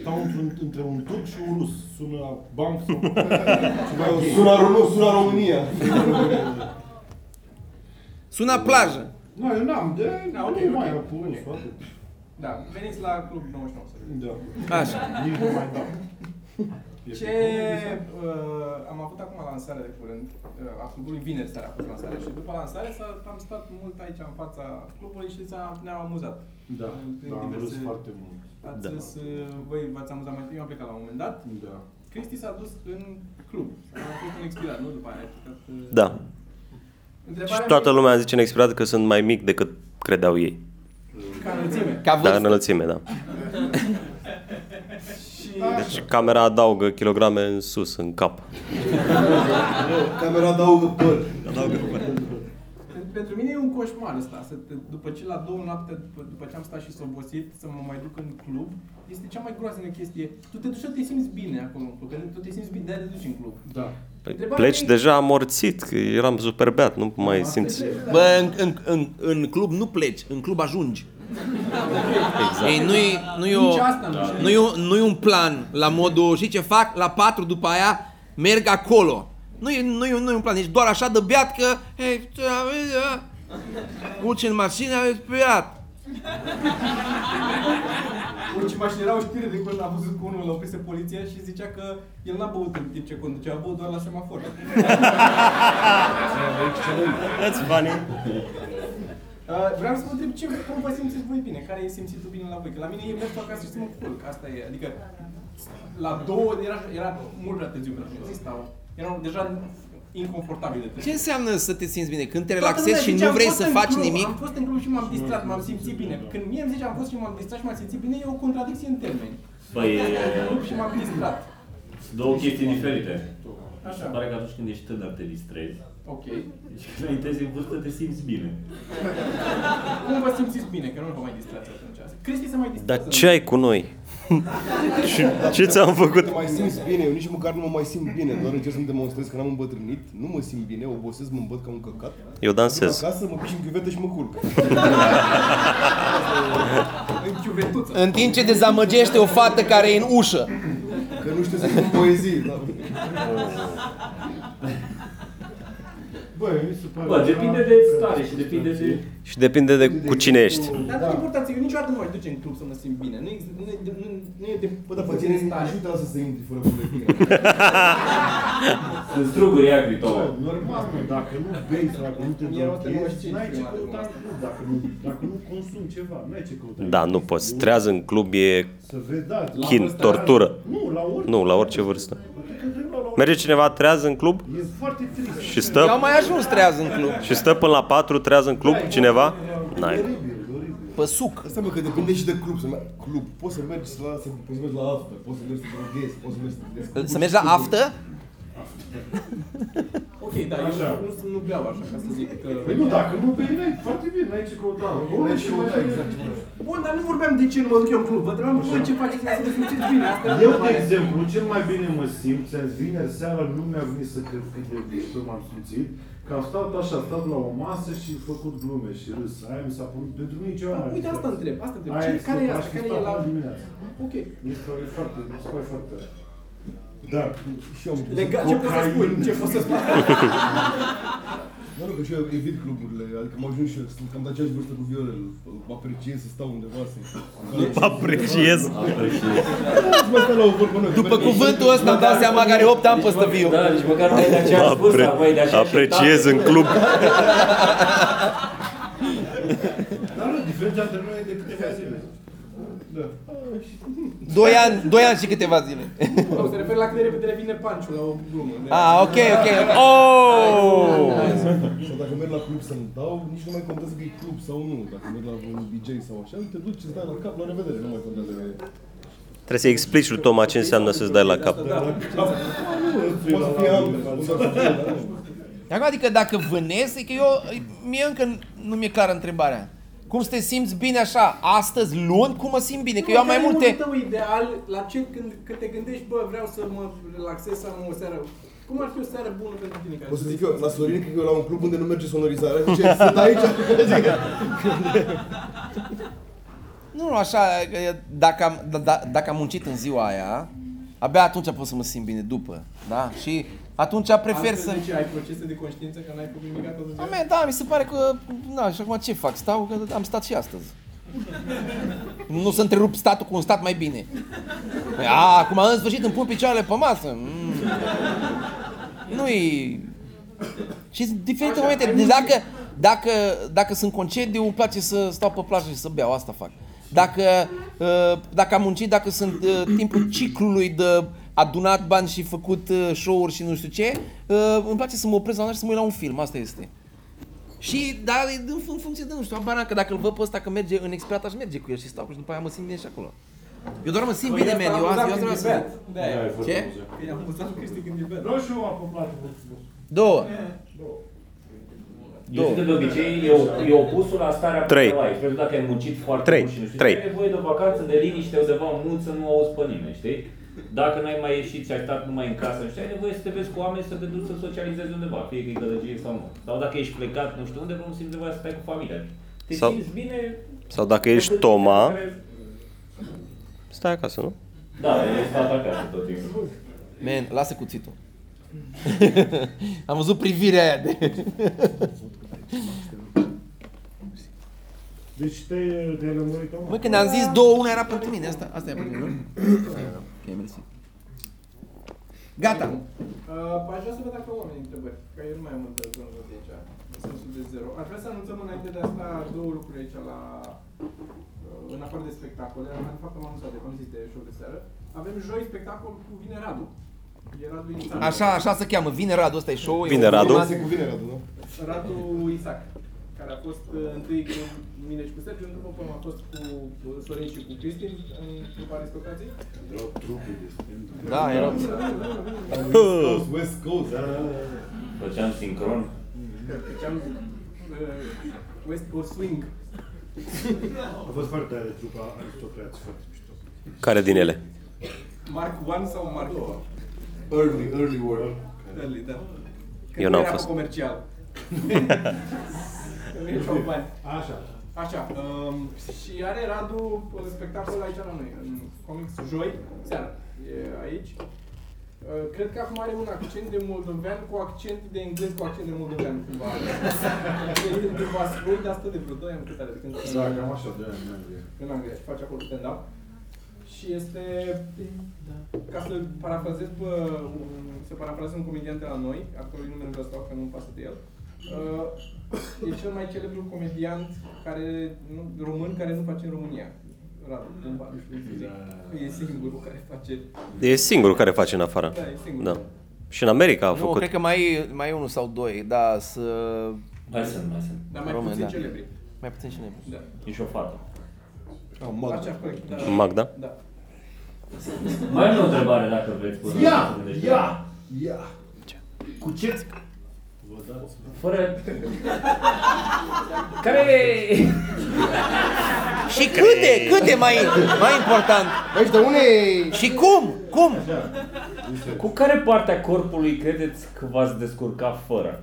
Speaker 4: Stau într-un, între un turc și un rus. Sună banc sau... [LAUGHS]
Speaker 10: Suna, Rom- suna România.
Speaker 5: Suna plajă.
Speaker 4: Nu, eu n-am, de...
Speaker 6: Da, ok,
Speaker 4: Nu
Speaker 6: ok.
Speaker 4: mai am pus, toate.
Speaker 6: Da, veniți la Club 99 să vedem.
Speaker 4: Da.
Speaker 5: Așa.
Speaker 4: Nici nu mai dau. E
Speaker 6: Ce
Speaker 4: pe
Speaker 6: uh, am avut acum lansare de curând, uh, a clubului vineri seara a fost lansare și după lansare s-a, am stat mult aici în fața clubului și s-a, ne-am amuzat.
Speaker 4: Da,
Speaker 6: Prin
Speaker 4: da, am
Speaker 6: diverse-
Speaker 4: râs foarte mult.
Speaker 6: Ați
Speaker 9: Da.
Speaker 6: râs, uh, voi v-ați amuzat mai întâi, eu am plecat la un moment dat.
Speaker 4: Da.
Speaker 6: Cristi s-a dus în club, a fost un expirat, nu? După aia ai plecat, uh,
Speaker 9: Da.
Speaker 6: Întrebarea
Speaker 9: Și toată
Speaker 6: mea
Speaker 9: lumea zice în expirat că sunt mai mic decât credeau ei.
Speaker 6: e ca înălțime.
Speaker 5: Ca
Speaker 9: Dar
Speaker 5: vârstă.
Speaker 9: în înălțime, da.
Speaker 6: Și
Speaker 9: Deci camera adaugă kilograme în sus, în cap.
Speaker 10: Camera adaugă păr.
Speaker 6: între- pentru mine e un coșmar ăsta. Să te, după ce la două noapte, după, după ce am stat și s obosit, să mă mai duc în club, este cea mai groaznică chestie. Tu te duci și te simți bine acolo, că tu te simți bine, de-aia te duci în club. Da.
Speaker 9: Păi Pleci deja amorțit, că eram super beat, nu mai simți.
Speaker 5: Bă, în, în, în, în club nu pleci, în club ajungi. Exact. Ei, nu-i, nu-i, o,
Speaker 6: Nici asta nu știu.
Speaker 5: nu-i, un, nu-i un plan la modul, știi ce fac? La patru după aia merg acolo. Nu-i, nu-i, un- nu-i un plan, deci doar așa de beat că... Hei, ce aveți, a? Urci în mașină, aveți beat.
Speaker 6: Orice mașină era o știre de când a văzut cu unul, l-a oprit poliția și zicea că el n-a băut în timp ce conducea, a băut doar la semafor.
Speaker 9: That's funny.
Speaker 6: Uh, vreau să vă întreb ce, cum vă simțiți voi bine, care e simțitul bine la voi, că la mine e mersul acasă și să mă culc, asta e, adică la două era, era mult prea târziu pentru mine, să stau, erau deja inconfortabil de
Speaker 5: Ce
Speaker 6: târziu.
Speaker 5: înseamnă să te simți bine? Când te
Speaker 6: Toată
Speaker 5: relaxezi
Speaker 6: lumea
Speaker 5: și
Speaker 6: zice,
Speaker 5: nu
Speaker 6: "Am
Speaker 5: vrei
Speaker 6: fost
Speaker 5: să
Speaker 6: în
Speaker 5: faci
Speaker 6: club,
Speaker 5: nimic?
Speaker 6: Am fost în club și m-am distrat, m-am simțit bine. Când mie îmi zice am fost și m-am distrat și m-am simțit bine, e o contradicție în termeni.
Speaker 3: Păi, e,
Speaker 6: În club și m-am distrat.
Speaker 3: două chestii diferite. Se
Speaker 6: Așa.
Speaker 3: pare că atunci când ești tânăr te distrezi.
Speaker 6: Ok.
Speaker 3: Și când înaintezi în vârstă te simți bine.
Speaker 6: Cum vă simțiți bine, că nu vă mai distrați atunci. Cristi se mai distrează.
Speaker 9: Dar ce ai cu noi? ce, ce ți-am făcut?
Speaker 10: Te mai simți bine, eu nici măcar nu mă mai simt bine, doar încerc să-mi demonstrez că n-am îmbătrânit, nu mă simt bine, obosesc, mă îmbăt ca un căcat.
Speaker 9: Eu
Speaker 10: Duc
Speaker 9: dansez.
Speaker 10: acasă, mă piși în chiuvetă și mă culc.
Speaker 6: În ciuvetuță.
Speaker 5: În timp ce dezamăgește o fată care e în ușă.
Speaker 10: Că nu știu să spun poezii, da. dar...
Speaker 4: Bă, mi se pare...
Speaker 3: Bă,
Speaker 4: că-
Speaker 3: depinde de stare și depinde de...
Speaker 9: Și depinde de cu cine ești.
Speaker 6: Dar nu e important, eu niciodată nu m-aș duce în club să mă simt bine. Nu, ex- nu, e de- nu, nu e de
Speaker 10: Bă, dar pe
Speaker 6: poziție
Speaker 10: tine
Speaker 6: de
Speaker 10: nici
Speaker 6: stare.
Speaker 10: nu te lasă să intri fără buletin.
Speaker 3: Sunt struguri agri,
Speaker 4: Bă,
Speaker 3: Toma.
Speaker 4: Normal, mă, dacă nu bei sau dacă nu te
Speaker 6: Erau 195
Speaker 4: drogezi, n-ai ce
Speaker 6: prima dată.
Speaker 4: căuta în club, dacă nu, dacă nu consumi ceva, n-ai ce căuta.
Speaker 9: Da, nu poți. Trează în club e
Speaker 4: Să vedați.
Speaker 9: chin, tortură.
Speaker 4: Nu, la orice.
Speaker 9: Nu, la orice vârstă.
Speaker 4: Cred că vrem la orice.
Speaker 9: Merge cineva trează în club
Speaker 4: E foarte trist.
Speaker 9: și
Speaker 5: Eu am
Speaker 9: stă,
Speaker 5: mai ajuns treaz în club.
Speaker 9: și stă până la 4 trează în club cineva? N-ai.
Speaker 4: Oribil, oribil.
Speaker 5: Pe suc.
Speaker 10: Asta mă, că depinde și de club. Să mer- club. Poți să mergi la, să, poți să mergi la after, poți să mergi să droghezi, poți să mergi să te descurci.
Speaker 5: Să mergi la aftă?
Speaker 6: Ok, da, eu nu, nu, nu beau așa, ca să zic că...
Speaker 4: Păi nu, dacă nu bei, n-ai foarte bine, n-ai ce căuta. Orice mai ai.
Speaker 10: exact.
Speaker 6: Bun, dar nu vorbeam de ce nu mă duc eu în club. Vă întrebam voi ce faceți ca să vă simțiți bine. Asta era
Speaker 4: Eu, de
Speaker 6: întrebarea.
Speaker 4: exemplu, cel mai bine mă simt, ți-am zis, vineri seara nu mi-a venit să cred cât de bine m-am simțit, că am stat așa, am stat la o masă și am făcut glume și râs. Aia mi s-a părut pentru mine ceva mai
Speaker 6: Uite, asta
Speaker 4: distractiv.
Speaker 6: întreb, asta întreb.
Speaker 4: Aia
Speaker 6: Ce-
Speaker 4: este
Speaker 6: care e
Speaker 4: că
Speaker 6: asta?
Speaker 4: aș fi
Speaker 6: Care e
Speaker 4: stat
Speaker 6: la-
Speaker 4: până dimineața.
Speaker 6: Ok.
Speaker 4: Mi se pare foarte, mi se pare foarte Da,
Speaker 10: Și eu am început.
Speaker 6: Legat, ce poți să spui? Ce poți să spui?
Speaker 10: Mă rog, că și eu evit cluburile, adică m-am ajuns și eu, sunt cam de aceeași vârstă cu Viorel. Mă apreciez să stau undeva, să...
Speaker 9: Apreciez.
Speaker 10: Să mai stau la o vorbă noi. că
Speaker 5: După
Speaker 10: merg-
Speaker 5: cuvântul ăsta îmi dau seama că are 8 ani pe stăviu.
Speaker 3: Da, nici măcar nu ai de aceea spus,
Speaker 9: Apre-
Speaker 3: acum ai de aceea
Speaker 9: apreciez în club.
Speaker 4: dar nu, diferența între noi e de câteva zile. Da.
Speaker 5: 2 ani, 2 ani și câteva zile.
Speaker 6: Nu, se refer la cât de repede vine panciul la o glumă. De-
Speaker 5: Ah, ok, ok. Oh!
Speaker 10: Sau dacă merg la club să-mi dau, nici nu mai contează că e club sau nu. Dacă merg la un DJ sau așa, te duci, îți dai la cap, la revedere, nu mai contează.
Speaker 9: Trebuie să-i explici lui Toma ce înseamnă să-ți dai la cap.
Speaker 10: Poate să fie ambele, poate să fie ambele, nu știu.
Speaker 5: Acum, adică dacă vânezi, că eu, mie încă nu mi-e clară întrebarea. Cum să te simți bine așa, astăzi, luni, cum mă simt bine? Că Adică eu am mai
Speaker 6: Care e
Speaker 5: multe...
Speaker 6: unul tău ideal la ce când, când te gândești, bă, vreau să mă relaxez, să am o seară... Cum ar fi o seară bună pentru tine? Care
Speaker 10: O să
Speaker 6: să
Speaker 10: zic
Speaker 6: te-
Speaker 10: eu, la Sorin, că eu la un club unde nu merge sonorizarea, [LAUGHS] zice, sunt aici,
Speaker 5: Nu, așa, că dacă am, da- da, dacă am muncit în ziua aia, abia atunci pot să mă simt bine, după, da? Și atunci prefer
Speaker 6: Altfel
Speaker 5: să...
Speaker 6: de ce, ai procese de conștiință că n-ai făcut nimic atât
Speaker 5: A mea, da, mi se pare că, na, și acum ce fac? Stau, că am stat și astăzi. Nu să întrerup statul cu un stat mai bine. Păi, A, acum în sfârșit îmi pun picioarele pe masă. Mm. Nu-i... Și sunt diferite momente. Deci dacă, dacă, dacă sunt concediu, îmi place să stau pe plajă și să beau, asta fac. Dacă, uh, dacă am muncit, dacă sunt uh, timpul ciclului de adunat bani și făcut uh, show-uri și nu știu ce, uh, îmi place să mă opresc la un și să mă uit la un film, asta este. Și, dar e în, în funcție de, nu știu, abana, că dacă îl văd pe ăsta că merge în expirat, aș merge cu el și stau cu și după aia mă simt bine și acolo. Eu doar mă simt
Speaker 6: Păi
Speaker 5: bine, man, eu asta, eu asta vreau să zic.
Speaker 6: Da,
Speaker 5: Ce?
Speaker 6: i-am amuzat pe Cristi când e bed.
Speaker 4: Roșu apă plată.
Speaker 5: Două.
Speaker 3: Eu știu că de obicei e, o- e opusul la starea pe
Speaker 9: Trei.
Speaker 3: care o ai. Pentru că dacă ai muncit foarte
Speaker 9: Trei.
Speaker 3: mult și nu știu,
Speaker 9: Trei.
Speaker 3: ai nevoie de o vacanță de liniște undeva în munți să nu auzi pe nimeni, știi? Dacă n-ai mai ieșit și ai stat numai în casă, nu știu, ai nevoie să te vezi cu oameni, să te duci să socializezi undeva, fie că e gălăgie sau nu. Sau dacă ești plecat, nu știu unde, nu simți nevoia să stai cu familia. Te
Speaker 9: Sau-
Speaker 3: simți bine...
Speaker 9: Sau dacă ești Toma, stai acasă, nu? [LAUGHS]
Speaker 3: Da, e stat acasă tot timpul.
Speaker 5: Man, lasă cuțitul. [LAUGHS] Am văzut privirea aia de...
Speaker 4: Deci te-ai te lămurit, omul?
Speaker 5: Mă, când am zis două, una era pentru mine. Asta, asta e pentru mine, nu? Ok, mersi. Gata.
Speaker 6: Uh, aș vrea să văd dacă au oamenii întrebări, că eu nu mai am întrebări de aici, în sensul de zero. Aș vrea să anunțăm înainte de asta două lucruri aici la... Uh, în afară de spectacole, am de fapt am anunțat de am zis de show de seară. Avem joi spectacol cu Vine Radu. E Radu Inițial.
Speaker 5: Așa, așa se cheamă. Vine Radu, ăsta e show. e
Speaker 9: Vine
Speaker 5: o-
Speaker 9: Radu.
Speaker 10: Se cuvine, Radu, da?
Speaker 6: Radu Isaac, care a fost uh, întâi cu mine și cu Sergiu, după cum a fost cu uh, Sorin și cu Cristin în trupa aristocrației.
Speaker 5: Da, era...
Speaker 10: Coast, West Coast, da, da, da.
Speaker 3: Făceam sincron.
Speaker 6: Făceam Deci uh, West Coast Swing.
Speaker 4: A fost foarte tare trupa aristocrați, foarte mișto.
Speaker 9: Care din ele?
Speaker 6: Mark 1 sau Mark 2?
Speaker 10: Early, early work.
Speaker 6: Early, da. Că
Speaker 9: Eu
Speaker 6: nu
Speaker 9: n-am
Speaker 6: era
Speaker 9: fost.
Speaker 6: pe
Speaker 9: [LAUGHS]
Speaker 6: comercial. Că nu erau bani.
Speaker 4: Așa.
Speaker 6: Așa, um, și are Radu uh, spectacol aici la noi, în comics joi, seara, e aici. Uh, Cred că acum are un accent de moldovean cu accent de englez cu accent de moldovean cumva. E cumva scurt, dar stă de vreo 2 ani cât are de când
Speaker 4: Da, cam așa, da, da.
Speaker 6: în Anglia și face acolo stand-up. Și este, ca să parafrazez pe, un, să parafrazez un comedian de la noi, actorul numele vreau să dau că nu-mi pasă de el, uh, e cel mai celebru comedian care, nu, român care nu face în România. Radu, cumva, nu știu cum să zic. E singurul care face.
Speaker 9: E singurul care face în afară.
Speaker 6: Da, e singurul.
Speaker 9: Da. Și în America a
Speaker 5: Nu,
Speaker 9: făcut.
Speaker 5: cred că mai e, mai e unul sau doi, da, să...
Speaker 3: Mai sunt, mai sunt.
Speaker 6: Dar mai
Speaker 5: Român,
Speaker 6: puțin
Speaker 5: da.
Speaker 6: celebri.
Speaker 5: Mai puțin și nebun.
Speaker 6: Da.
Speaker 3: E și o fată.
Speaker 10: Ah, mă.
Speaker 6: Așa, corect. Da.
Speaker 9: Magda?
Speaker 6: Da.
Speaker 3: Mai am o întrebare dacă vreți până
Speaker 10: Ia!
Speaker 3: până deci-
Speaker 10: Ia!
Speaker 4: Da.
Speaker 10: Ia!
Speaker 3: Cu ce? Fără... Care...
Speaker 5: Și câte, câte mai, mai important?
Speaker 10: Aici, dar unde e?
Speaker 5: Și cum? Cum?
Speaker 3: Cu care parte a corpului credeți că v-ați descurca fără?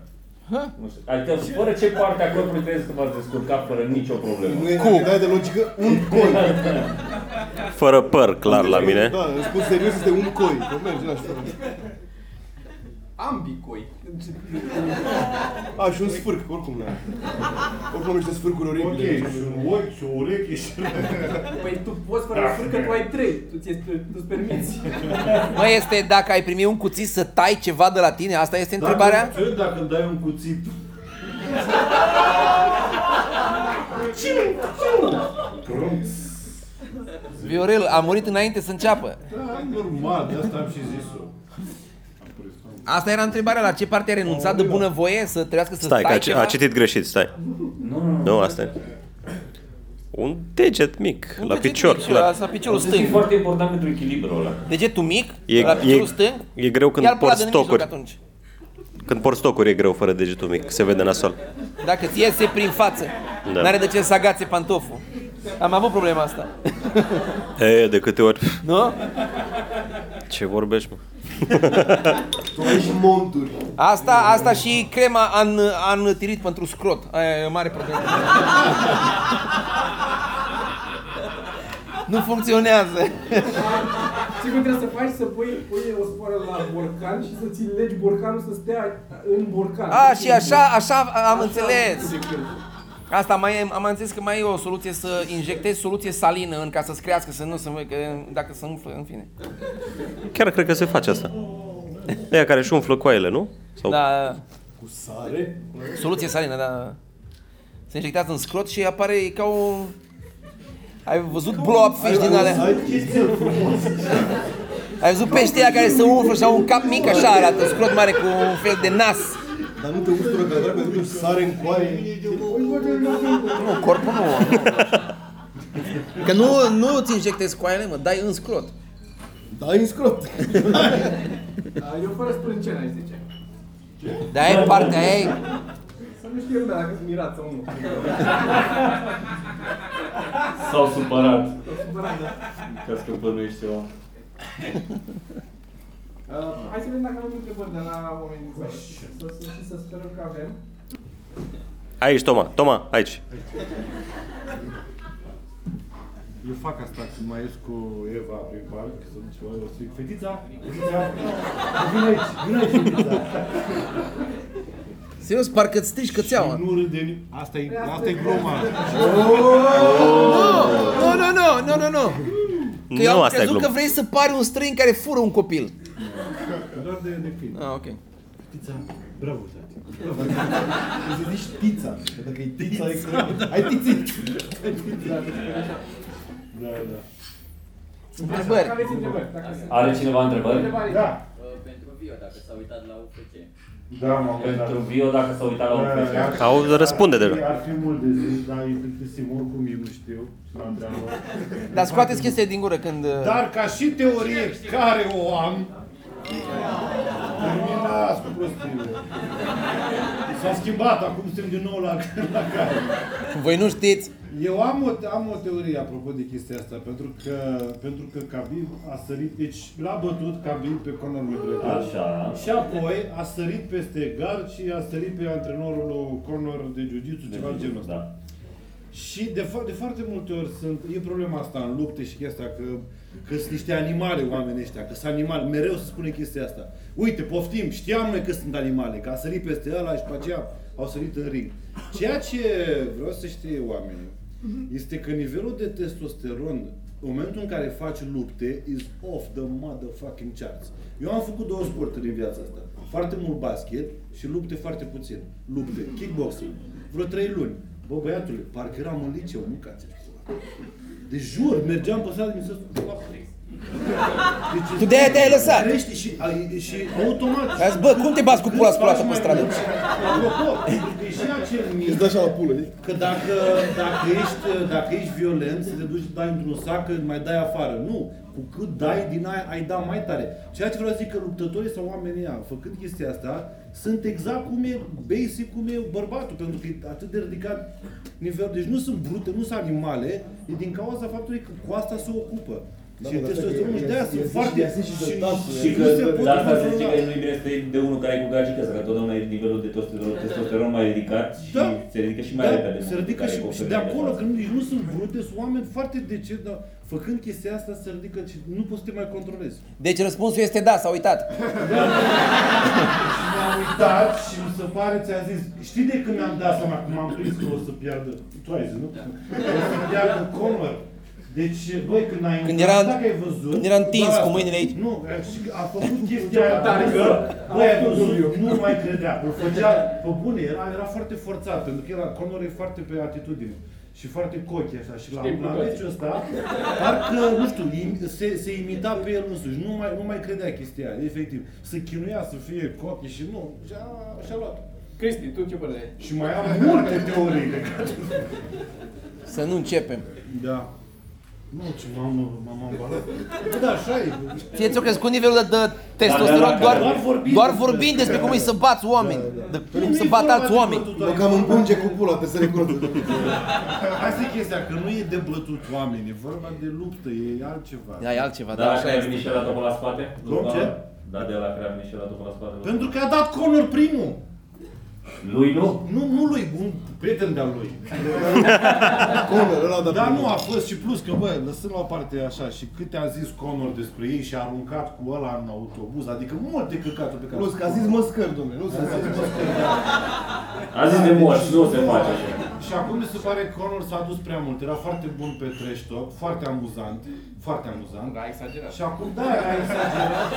Speaker 3: Nu știu. Adică fără ce parte a corpului credeți că v-ați descurca fără nicio problemă?
Speaker 10: Nu e cu. Da, de logică? Un coi.
Speaker 9: Fără păr, clar, la mine.
Speaker 10: Da, îmi spun serios, este un coi. Că merge la școală.
Speaker 6: Ambicoi.
Speaker 10: A, și un sfârc, că oricum n-am. Oricum am niște sfârcuri
Speaker 4: Ok,
Speaker 10: oribile.
Speaker 4: și un ochi, și o ureche, și...
Speaker 6: Păi tu poți fără frică, tu ai trei. Tu ți-e, tu-ți permiți.
Speaker 5: Mă, este dacă ai primi un cuțit să tai ceva de la tine? Asta este întrebarea?
Speaker 4: Dacă, dacă îmi dai un cuțit,
Speaker 5: Viorel a murit înainte să înceapă.
Speaker 4: da, normal, de asta am și zis-o. Am pus.
Speaker 5: Asta era întrebarea, la ce parte ai renunțat de bunăvoie să trească să
Speaker 9: Stai, că
Speaker 5: tai
Speaker 9: a, ci-
Speaker 5: ceva?
Speaker 9: a citit greșit, stai. Nu, asta e. Un deget mic,
Speaker 5: Un
Speaker 9: la
Speaker 5: deget
Speaker 9: picior,
Speaker 5: mic,
Speaker 9: clar.
Speaker 5: La piciorul
Speaker 3: Deci E
Speaker 5: stâng.
Speaker 3: foarte important pentru echilibrul ăla.
Speaker 5: Degetul mic?
Speaker 9: E-
Speaker 5: la piciorul
Speaker 9: e-
Speaker 5: stâng?
Speaker 9: e greu când
Speaker 5: Ia-l pe ăla de
Speaker 9: porți
Speaker 5: în mijloc
Speaker 9: stocuri.
Speaker 5: atunci.
Speaker 9: Când porți stocuri e greu fără degetul mic, se vede nasol.
Speaker 5: Dacă ți iese prin față,
Speaker 9: Da.
Speaker 5: n-are de ce să agațe pantoful. Am avut problema asta.
Speaker 9: E, de câte ori?
Speaker 5: Nu?
Speaker 9: Ce vorbești, mă?
Speaker 10: Tu ai și monturi.
Speaker 5: Asta, asta și crema an, an tirit pentru scrot. Aia e o mare problemă. nu funcționează.
Speaker 6: Ce cum trebuie să faci să pui, pui o sporă la borcan și să ți legi borcanul să stea în borcan.
Speaker 5: A, și așa, așa am înțeles.
Speaker 6: de când.
Speaker 5: Asta mai e, am înțeles că mai e o soluție să injectezi soluție salină în ca să crească, să nu se că dacă se umflă, în fine.
Speaker 9: Chiar cred că se face asta. Ea care își umflă coaiele, nu? Sau...
Speaker 5: Da,
Speaker 10: Cu sare?
Speaker 5: soluție salină, da. Se injectează în scrot și apare e ca o ai văzut blob fish din alea? Ai văzut peștia care se umflă și au un cap mic, așa arată, scrot mare cu un fel de nas.
Speaker 10: Dar nu te ustură că dracu, pentru că sare în coaie.
Speaker 5: Nu, corpul nu. [LAUGHS] Că nu, nu ți injectezi coaiele, mă, dai în scrot.
Speaker 10: Da, în scrot.
Speaker 6: Uh, A, Eu fără sprâncenă, aș zice.
Speaker 5: De aia e partea aia e-
Speaker 6: nu știu lumea dacă sunt mirat sau nu. Uh,
Speaker 3: S-au supărat
Speaker 6: Sunt supărat, da.
Speaker 3: că scăpănuiești ceva.
Speaker 6: Uh, Hai să vedem dacă avem întrebări de la oameni. din sală. Să, să, și să sperăm că avem.
Speaker 9: Aici, Toma. Toma, aici.
Speaker 4: Eu fac asta când mai ies cu Eva prin parc, să duc ceva, o stric, fetița, fetița, vin aici, vin aici, fetița.
Speaker 5: Serios, parcă îți strici cățeaua.
Speaker 4: Nu râde nimeni. Asta e, asta e gluma.
Speaker 5: Nu, nu, nu, nu, nu, nu. Că eu
Speaker 9: Nu,
Speaker 5: am
Speaker 9: asta e
Speaker 5: crezut
Speaker 9: glumă.
Speaker 5: că vrei să pari un străin care fură un copil.
Speaker 4: Doar de, de film.
Speaker 5: Ah, ok.
Speaker 4: Fetița, bravo, tati.
Speaker 10: Trebuie să zici pizza. Că dacă e pizza, e corect. Ai tițit.
Speaker 4: Da, da.
Speaker 5: Întrebări.
Speaker 6: Aveți întrebări? Dacă sunt
Speaker 3: Are cineva întrebări?
Speaker 6: întrebări,
Speaker 4: Da, da, m-am uitat.
Speaker 3: Pentru Vio, dacă s-a uitat la un
Speaker 4: Da,
Speaker 3: film.
Speaker 4: da,
Speaker 9: Au răspunde
Speaker 4: ar fi-
Speaker 9: deja.
Speaker 4: Ar fi mult de zis, dar e plictisim oricum eu nu știu. la întreabă.
Speaker 5: Dar scoateți chestia din gură când... uh,
Speaker 4: Dar ca și teorie care o am, terminați cu prostiile. S-a schimbat, acum suntem din nou la, la care.
Speaker 5: Voi nu știți.
Speaker 4: Eu am o, am o teorie apropo de chestia asta, pentru că, pentru că Khabib a sărit, deci l-a bătut Khabib pe Conor McGregor.
Speaker 3: Așa.
Speaker 4: Și apoi a sărit peste gard și a sărit pe antrenorul lui Conor de jiu-jitsu, ceva de genul ăsta.
Speaker 3: Da.
Speaker 4: Și de, fa- de foarte multe ori sunt, e problema asta în lupte și chestia că că sunt niște animale oamenii ăștia, că sunt animale, mereu se spune chestia asta. Uite, poftim, știam noi că sunt animale, că a sărit peste ăla și pe aceea au sărit în ring. Ceea ce vreau să știe oamenii este că nivelul de testosteron în momentul în care faci lupte is off the motherfucking charts. Eu am făcut două sporturi în viața asta. Foarte mult basket și lupte foarte puțin. Lupte, kickboxing, vreo trei luni. Bă, băiatule, parcă eram în liceu, mâncați De jur, mergeam pe stradă, mi se spune, deci,
Speaker 5: Tu de-aia te-ai lăsat.
Speaker 4: Crești și, ai- și automat.
Speaker 5: Ai zis, bă, cum te bați cu pula spălată pe stradă?
Speaker 4: Apropo, deși acel
Speaker 10: Îți
Speaker 4: mic,
Speaker 10: dă Da, așa la pulă, știi?
Speaker 4: că dacă, dacă, ești, dacă ești violent, să te duci și dai într-un sac, că mai dai afară. Nu, cu cât dai din aia, ai da mai tare. Ceea ce vreau să zic că luptătorii sau oamenii ăia, făcând chestia asta, sunt exact cum e basic, cum e bărbatul, pentru că e atât de ridicat nivelul. Deci nu sunt brute, nu sunt animale, e din cauza faptului că cu asta se ocupă.
Speaker 10: Da,
Speaker 4: și
Speaker 10: mă, dar
Speaker 4: testosteronul
Speaker 10: stai că
Speaker 4: de aia
Speaker 10: i-a-
Speaker 4: sunt
Speaker 10: i-a zis și-
Speaker 4: foarte...
Speaker 10: i-a zis și de tatul,
Speaker 4: și
Speaker 3: Și
Speaker 4: nu se
Speaker 3: că
Speaker 4: pot
Speaker 3: de asta se zice
Speaker 4: controla.
Speaker 3: că nu-i bine să te iei de unul care e cu gagică, că totdeauna e nivelul de testosteron, testosteron mai ridicat și
Speaker 4: Da.
Speaker 3: se ridică și mai repede.
Speaker 4: se ridică și, și de acolo, că nici nu sunt brute, sunt oameni foarte decent, dar făcând chestia asta se ridică și nu poți să te mai controlezi.
Speaker 5: Deci răspunsul este da, s-a uitat.
Speaker 4: M-am uitat și mi se pare, ți-am zis, știi de când mi-am dat seama că m-am prins că o să piardă, tu ai zis, nu?
Speaker 3: Da.
Speaker 4: O să piardă Conor. Deci, băi, când ai
Speaker 5: Când
Speaker 4: intrat,
Speaker 5: era-
Speaker 4: dacă ai văzut...
Speaker 5: când era întins
Speaker 4: da,
Speaker 5: cu mâinile aici.
Speaker 4: Nu, și a
Speaker 3: [LAUGHS]
Speaker 4: făcut chestia aia, tare că, băi, ai văzut, nu mai credea. Îl făcea, pe bune, era, era foarte forțat, pentru că era, Conor e foarte pe atitudine. Și foarte cochi așa și la, la meciul ăsta, parcă, nu știu, im- se, se imita pe el însuși, nu mai, nu mai credea chestia aia, efectiv. Se chinuia să fie cochi și nu, și-a, și-a luat.
Speaker 6: Cristi, tu ce părere ai?
Speaker 4: Și mai am multe teorii legate.
Speaker 5: Să nu începem.
Speaker 4: Da. Nu, ce m-am, m-am ambalat. Bă, da, așa e.
Speaker 5: Fie ți-o crescut nivelul de, de testosteron
Speaker 3: Da, da, da,
Speaker 5: doar,
Speaker 3: doar
Speaker 4: vorbind
Speaker 5: doar
Speaker 4: despre-
Speaker 5: vorbind despre cum e să bați oameni, de cum să bat alți oameni.
Speaker 10: Mă cam împunge cu pula, trebuie să recunosc.
Speaker 4: Asta e chestia, că nu e de bătut oameni, e vorba de luptă, e altceva.
Speaker 5: Da, e altceva,
Speaker 3: Dar
Speaker 5: da,
Speaker 3: așa
Speaker 5: așa
Speaker 3: ai
Speaker 5: este.
Speaker 3: venit și la topul la spate?
Speaker 4: Cum,
Speaker 3: Da.
Speaker 4: ce?
Speaker 3: Da, de la care a venit și la topul la spate.
Speaker 4: Pentru că a dat Conor primul.
Speaker 3: Lui nu?
Speaker 4: Nu, nu lui, un prieten de-al lui.
Speaker 10: Conor, ăla da.
Speaker 4: Dar nu a fost și plus că, bă, lăsând la o parte așa și câte a zis Conor despre ei și a aruncat cu ăla în autobuz, adică multe căcaturi pe care...
Speaker 10: Plus că a zis măscări, domnule, nu să zici măscări.
Speaker 3: A
Speaker 4: Da,
Speaker 3: zis de
Speaker 4: deci-
Speaker 3: moș, nu se face așa.
Speaker 4: Și acum mi se pare că Conor s-a dus prea mult. Era foarte bun pe trash talk, foarte amuzant, foarte amuzant.
Speaker 6: Da, exagerat.
Speaker 4: Și acum, da, era exagerat.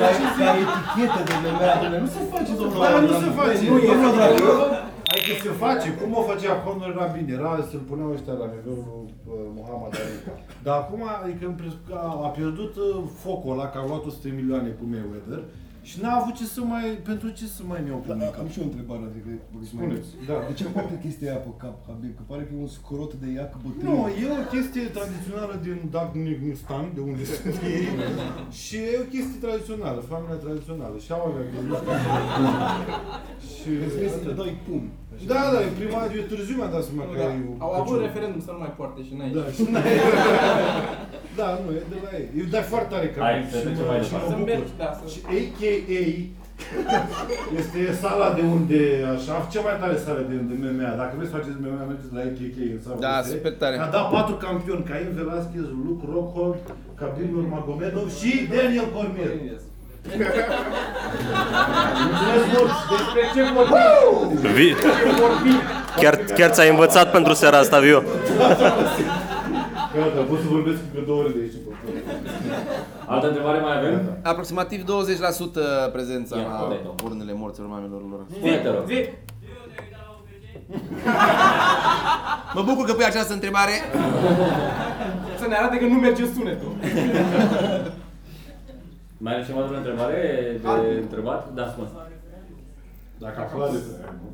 Speaker 10: Dar e etichetă de lumea, domnule, nu se face, domnule.
Speaker 4: Dar nu se face.
Speaker 10: Nu e, nu dragă.
Speaker 4: Adică se face. Cum o făcea Conor era bine. Era, se-l puneau ăștia la nivelul lui uh, Muhammad Ali. Dar acum, adică, îmi pres- că a, a pierdut uh, focul ăla, că a luat 100 milioane cu Mayweather. Și n-a avut ce să mai... Pentru ce să mai mi-au
Speaker 10: Da,
Speaker 4: comunicat?
Speaker 10: am și eu o întrebare, adică...
Speaker 4: Spuneți, da.
Speaker 10: De ce poate chestia aia pe cap, Habib? Că pare că e un scrot de iac bătrân.
Speaker 4: Nu, e o chestie tradițională din Dagnistan, de unde sunt
Speaker 10: [LAUGHS]
Speaker 4: ei, și e o chestie tradițională, familia tradițională, și au alea de nu știu.
Speaker 10: Îți
Speaker 4: Și...
Speaker 10: vezi să dai pum.
Speaker 4: Da, da, e prima, e târziu mi-a dat seama că
Speaker 6: Da.
Speaker 4: e o
Speaker 6: Au avut
Speaker 4: căciulă.
Speaker 6: referendum să nu mai poarte și n-ai.
Speaker 4: Da, și [LAUGHS] Da, nu, e de la ei. Eu dai foarte tare ca
Speaker 3: Hai, să
Speaker 4: și
Speaker 3: trecem
Speaker 4: mă-
Speaker 3: mai
Speaker 4: și mă
Speaker 3: departe.
Speaker 6: Să
Speaker 4: bucur.
Speaker 6: mergi, da, să...
Speaker 4: Și AKA [LAUGHS] este sala de unde, așa, cea mai tare sală de, de MMA. Dacă vreți să faceți MMA, mergeți la AKA în sala
Speaker 5: Da,
Speaker 4: unde-
Speaker 5: super tare.
Speaker 4: A dat patru campioni, Cain Velasquez, Luke Rockhold, Khabib Nurmagomedov și Daniel Cormier. Mulțumesc mult!
Speaker 6: Despre ce vorbim?
Speaker 9: Vi- Chiar, chiar ți-ai învățat pentru seara asta, Viu.
Speaker 4: Gata, pot să vorbesc încă două ore de aici. bă.
Speaker 3: Altă întrebare mai
Speaker 4: Da.
Speaker 3: avem?
Speaker 5: Aproximativ 20% prezența
Speaker 3: Ia,
Speaker 5: la
Speaker 3: corect.
Speaker 5: urnele morților mamelor lor.
Speaker 3: Spune, te rog.
Speaker 6: Zi!
Speaker 5: Mă bucur că pui această întrebare.
Speaker 6: Să ne arate că nu merge sunetul.
Speaker 3: Mai are cineva de întrebare de întrebat? Da, spune.
Speaker 4: Dacă afla de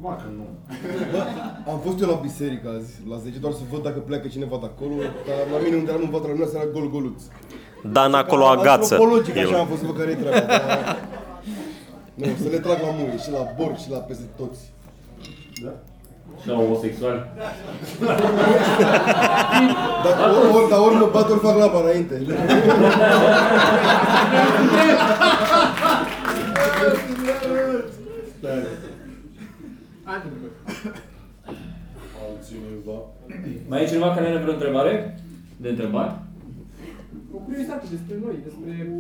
Speaker 4: Mă, că nu.
Speaker 10: Bă, am fost eu la biserică azi, la 10, doar să văd dacă pleacă cineva de acolo, dar la mine unde eram în vatra lumea era gol-goluț.
Speaker 9: Dan Da, acolo agață.
Speaker 10: Antropologic,
Speaker 9: El.
Speaker 10: așa am fost, bă, care-i treaba, dar... Nu, să le trag la muie, și la borg, și la peste toți.
Speaker 3: Și la homosexual.
Speaker 10: Dar ori, ori, dar ori mă bat, ori fac laba înainte.
Speaker 4: Altcineva.
Speaker 3: Mai e cineva care are vreo întrebare? De întrebat?
Speaker 6: O curiozitate despre noi, despre...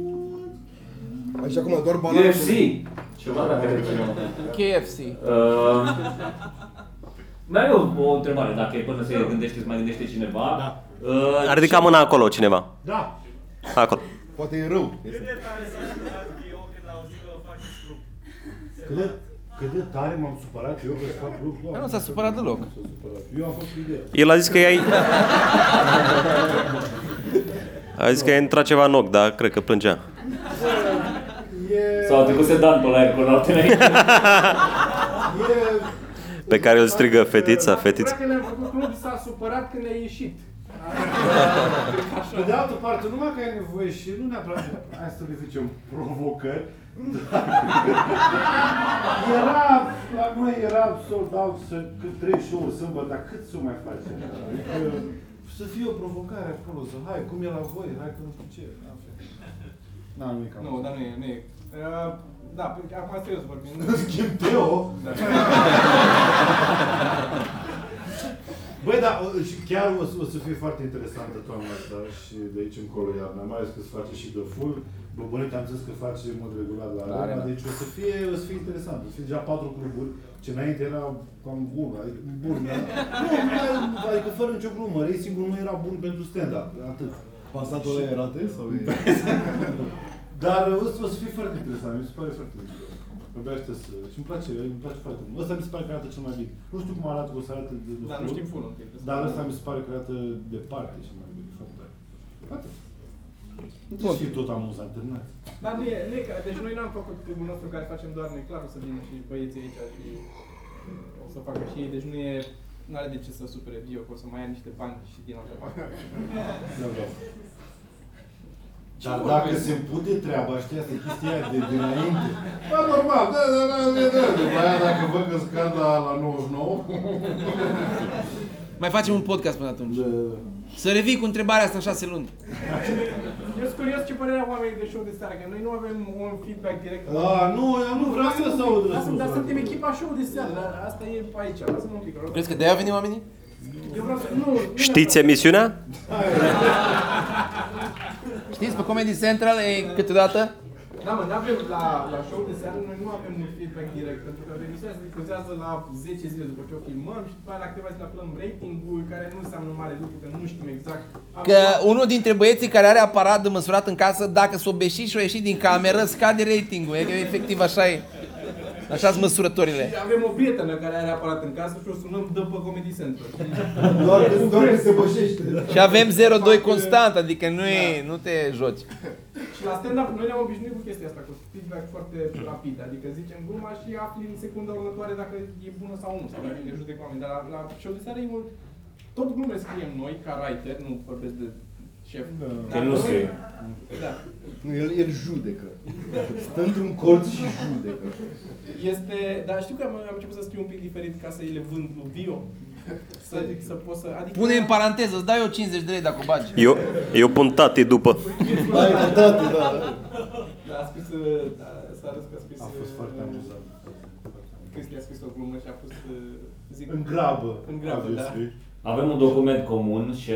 Speaker 10: Așa acum doar banane.
Speaker 3: UFC! Ceva dacă e cineva.
Speaker 5: KFC.
Speaker 3: Uh, mai am o, o întrebare, dacă e până se gândește, se mai gândește cineva. Da. Uh,
Speaker 9: A ridicat mâna acolo cineva.
Speaker 4: Da.
Speaker 9: Acolo.
Speaker 10: Poate e rău.
Speaker 4: Cât de, cât de tare m-am supărat eu că fac lucrul ăla.
Speaker 5: Nu s-a supărat deloc.
Speaker 4: S-a supărat. Eu am fost cu ideea.
Speaker 9: El a zis că i-ai... A zis că i-a intrat ceva în ochi, dar cred că plângea.
Speaker 4: E,
Speaker 3: Sau a trecut sedan pe la aer cu noapte
Speaker 4: e,
Speaker 9: Pe care îl strigă fetița, fetița.
Speaker 6: Dacă ne-am făcut club, s-a supărat când ai ieșit.
Speaker 4: Pe de altă parte, numai că ai nevoie și nu neapărat, hai să le zicem, provocări, [LAUGHS] dar era, la noi era sold out să, cât trei show sâmbătă, dar cât să mai face? Adică, să fie o provocare acolo, să hai, cum e la voi, hai că nu știu ce. Na, în fine. N-am nimic am.
Speaker 6: Nu, dar nu e, nu e. Uh, Da, pentru că acum serios [LAUGHS] vorbim.
Speaker 4: Schimb Teo. [LAUGHS] Băi, dar o- și chiar o, să- o să fie foarte interesantă toamna asta și de aici încolo iarna, mai ales că se face și de full. Băbănete am zis că face în mod regulat la, arena, deci o să fie, o să fie interesant. O să fie deja patru cluburi, ce înainte era cam bun, adică bun. Era, nu, mai- adică fără nicio glumă, racing-ul nu era bun pentru stand-up, atât.
Speaker 10: Pasatul ăla e rate sau e...
Speaker 4: Dar o să, o să fie foarte interesant, mi se pare foarte interesant. Abia aștept să... Și îmi place, îmi place foarte mult. Ăsta mi se pare că arată cel mai bine. Nu știu cum arată, o să arată de
Speaker 6: Dar Da, nu știm full încă.
Speaker 4: Dar ăsta mi se pare că arată departe cel mai bine, foarte tare. Atât. Nu și tot amuzant, terminat.
Speaker 6: Dar nu e, nu e, ca- deci noi n-am făcut clubul nostru care facem doar noi, clar o să vină și băieții aici și o să facă și ei, deci nu e, nu are de ce să supere Dio, că o să mai ia niște bani și din altă [LAUGHS] parte.
Speaker 4: Da, da. Dar dacă se împute treaba, știi, asta e chestia aia de dinainte. Da, normal, da, da, da, da, da. După aia dacă văd că scad la, la 99...
Speaker 5: Mai facem un podcast până atunci.
Speaker 4: Da.
Speaker 5: Să revii cu întrebarea asta în șase luni.
Speaker 6: Eu sunt curios ce părere au oamenii de show de seară, că noi nu avem un feedback direct.
Speaker 4: A, nu, eu nu vreau să să aud
Speaker 6: Lasă-mă, dar suntem
Speaker 4: răspunsul.
Speaker 6: echipa show de seară, dar asta e aici, lasă-mă un pic, rog.
Speaker 5: Crezi că de-aia au venit oamenii?
Speaker 6: Eu vreau să, nu, nu
Speaker 9: Știți emisiunea?
Speaker 5: Știți, pe Comedy Central e câteodată?
Speaker 6: Da, mă, n-avem la, la show de seară, noi nu avem un feedback direct, pentru că emisiunea se difuzează la 10 zile după ce o filmăm și după aia la câteva zile aflăm ratingul, care nu înseamnă mare lucru, că nu știm exact. Am
Speaker 5: Că unul dintre băieții care are aparat de măsurat în casă, dacă s-o beși și o ieși din cameră, scade ratingul. E că efectiv așa e. așa sunt măsurătorile.
Speaker 6: avem o prietenă care are aparat în casă și o sunăm dă pe Comedy Central.
Speaker 10: Doar că doar că se bășește.
Speaker 5: Și avem 0-2 constant, adică nu, e, nu te joci.
Speaker 6: și la stand-up noi ne-am obișnuit cu chestia asta, cu feedback foarte rapid. Adică zicem gluma și afli în secunda următoare dacă e bună sau nu, sau dacă ne judec oameni. Dar la, la show de seară e mult... Tot glume scriem noi, ca writer, nu vorbesc de șef.
Speaker 3: Că nu scrie.
Speaker 6: Da.
Speaker 10: Nu, el, el judecă. Stă într-un colț și judecă.
Speaker 6: Este, dar știu că am, am început să scriu un pic diferit ca să îi le vând lui Vio. Să, să pot să, adică
Speaker 5: Pune
Speaker 6: [LAUGHS]
Speaker 5: în paranteză, îți dau eu 50 de lei dacă o bagi.
Speaker 9: Eu, eu pun tati după.
Speaker 10: Da, e contatul, da.
Speaker 6: da, a scris, da, s-a arăs că a scris, uh,
Speaker 4: A fost foarte amuzant.
Speaker 6: Cristi a scris o glumă și a pus, uh, zic,
Speaker 4: În grabă.
Speaker 6: În grabă,
Speaker 4: Obviously.
Speaker 6: da.
Speaker 3: Avem un document comun și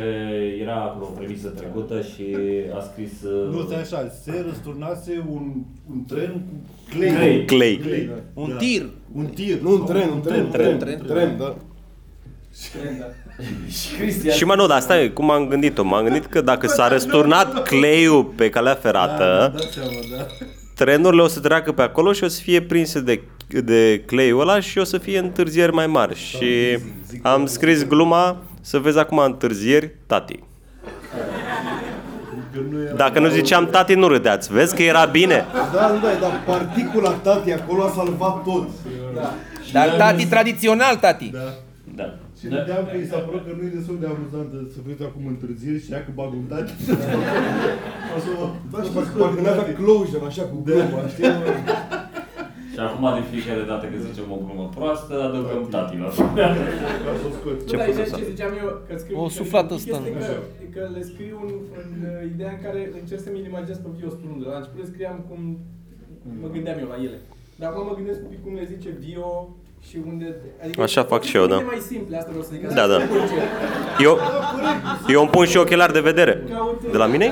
Speaker 3: era acolo o premisă trecută și a scris... uh,
Speaker 4: Nu, stai așa, se răsturnase un, un tren cu
Speaker 3: Clay.
Speaker 4: clay.
Speaker 9: Clay.
Speaker 5: Un
Speaker 4: Da.
Speaker 5: tir.
Speaker 4: Un tir.
Speaker 10: Nu, un tren, un tren, un tren, un tren, da.
Speaker 6: trend, da.
Speaker 4: [LAUGHS]
Speaker 9: Și mă, nu, dar stai, cum am gândit-o? M-am gândit că dacă s-a răsturnat cleiul pe calea ferată,
Speaker 4: Da seama, da.
Speaker 9: trenurile o să treacă pe acolo și o să fie prinse de, de cleiul ăla și o să fie întârzieri mai mari. Și am scris gluma să vezi acum întârzieri, tati.
Speaker 4: Că nu era...
Speaker 9: Dacă nu ziceam tati, nu râdeați. Vezi că era bine.
Speaker 10: Da, nu, da, dar particula tati acolo a salvat tot.
Speaker 5: Dar tati tradițional, tati.
Speaker 3: Da.
Speaker 4: Și râdeam că i s-a părut că nu e destul de amuzant să vezi acum întârzieri și ea că bag un tati. O să mă... Da, și
Speaker 10: Parcă parcă n-avea closure, așa, cu gluma, știi? mă?
Speaker 3: Și acum de fiecare dată când zicem o glumă proastă, adăugăm tati la
Speaker 4: Ca să o scoți.
Speaker 6: Ce da, exact ce ziceam eu, că scriu
Speaker 5: O
Speaker 6: diferit,
Speaker 5: suflată
Speaker 6: chestia
Speaker 5: stână.
Speaker 6: e Că, e că le scriu în, în uh, ideea în care încerc să-mi imaginez pe Vio spunând. La început le scriam cum mă gândeam eu la ele. Dar acum mă gândesc un pic cum le zice Vio și unde... Adică
Speaker 9: Așa fac și eu, da.
Speaker 6: E mai simple, asta vreau să zic.
Speaker 9: Da, da. Eu, eu îmi pun și ochelari de vedere. De
Speaker 6: uh,
Speaker 9: la mine?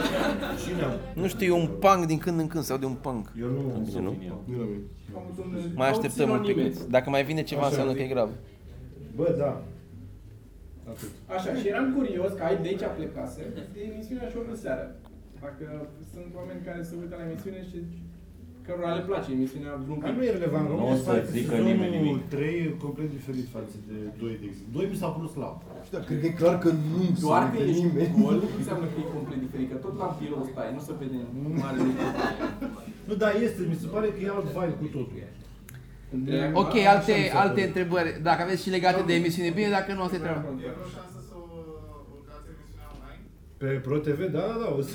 Speaker 5: Nu știu, e un punk din când în când, sau de un punk.
Speaker 4: Eu nu...
Speaker 6: uh,
Speaker 5: Mai așteptăm un pic. Dacă mai vine ceva, înseamnă că e grav.
Speaker 4: Bă, da.
Speaker 6: Așa, și eram curios că ai de aici plecase, de emisiunea Show de seară. Dacă sunt oameni care se uită la emisiune și cărora le place emisiunea vreun
Speaker 4: Dar
Speaker 6: pic.
Speaker 4: nu e relevant,
Speaker 3: Nu
Speaker 4: nu
Speaker 3: o
Speaker 4: o
Speaker 3: să zică nimeni nimic.
Speaker 4: 3 e complet diferit față de 2, de exemplu. 2 mi s-a părut slab.
Speaker 10: Și da, cred că e clar că nu
Speaker 6: Doar
Speaker 10: sunt
Speaker 6: că
Speaker 10: pe
Speaker 6: ești
Speaker 10: nimeni.
Speaker 6: gol, nu înseamnă că e complet diferit, că tot la birou stai, nu se vede mare lucru.
Speaker 4: Nu, da, este, mi se pare că e alt vibe cu totul. Da.
Speaker 6: Între-
Speaker 5: Ok, alte, alte întrebări. Dacă aveți și legate de emisiune, bine, dacă nu, asta e treaba.
Speaker 4: Pe ProTV, da, da, da, o să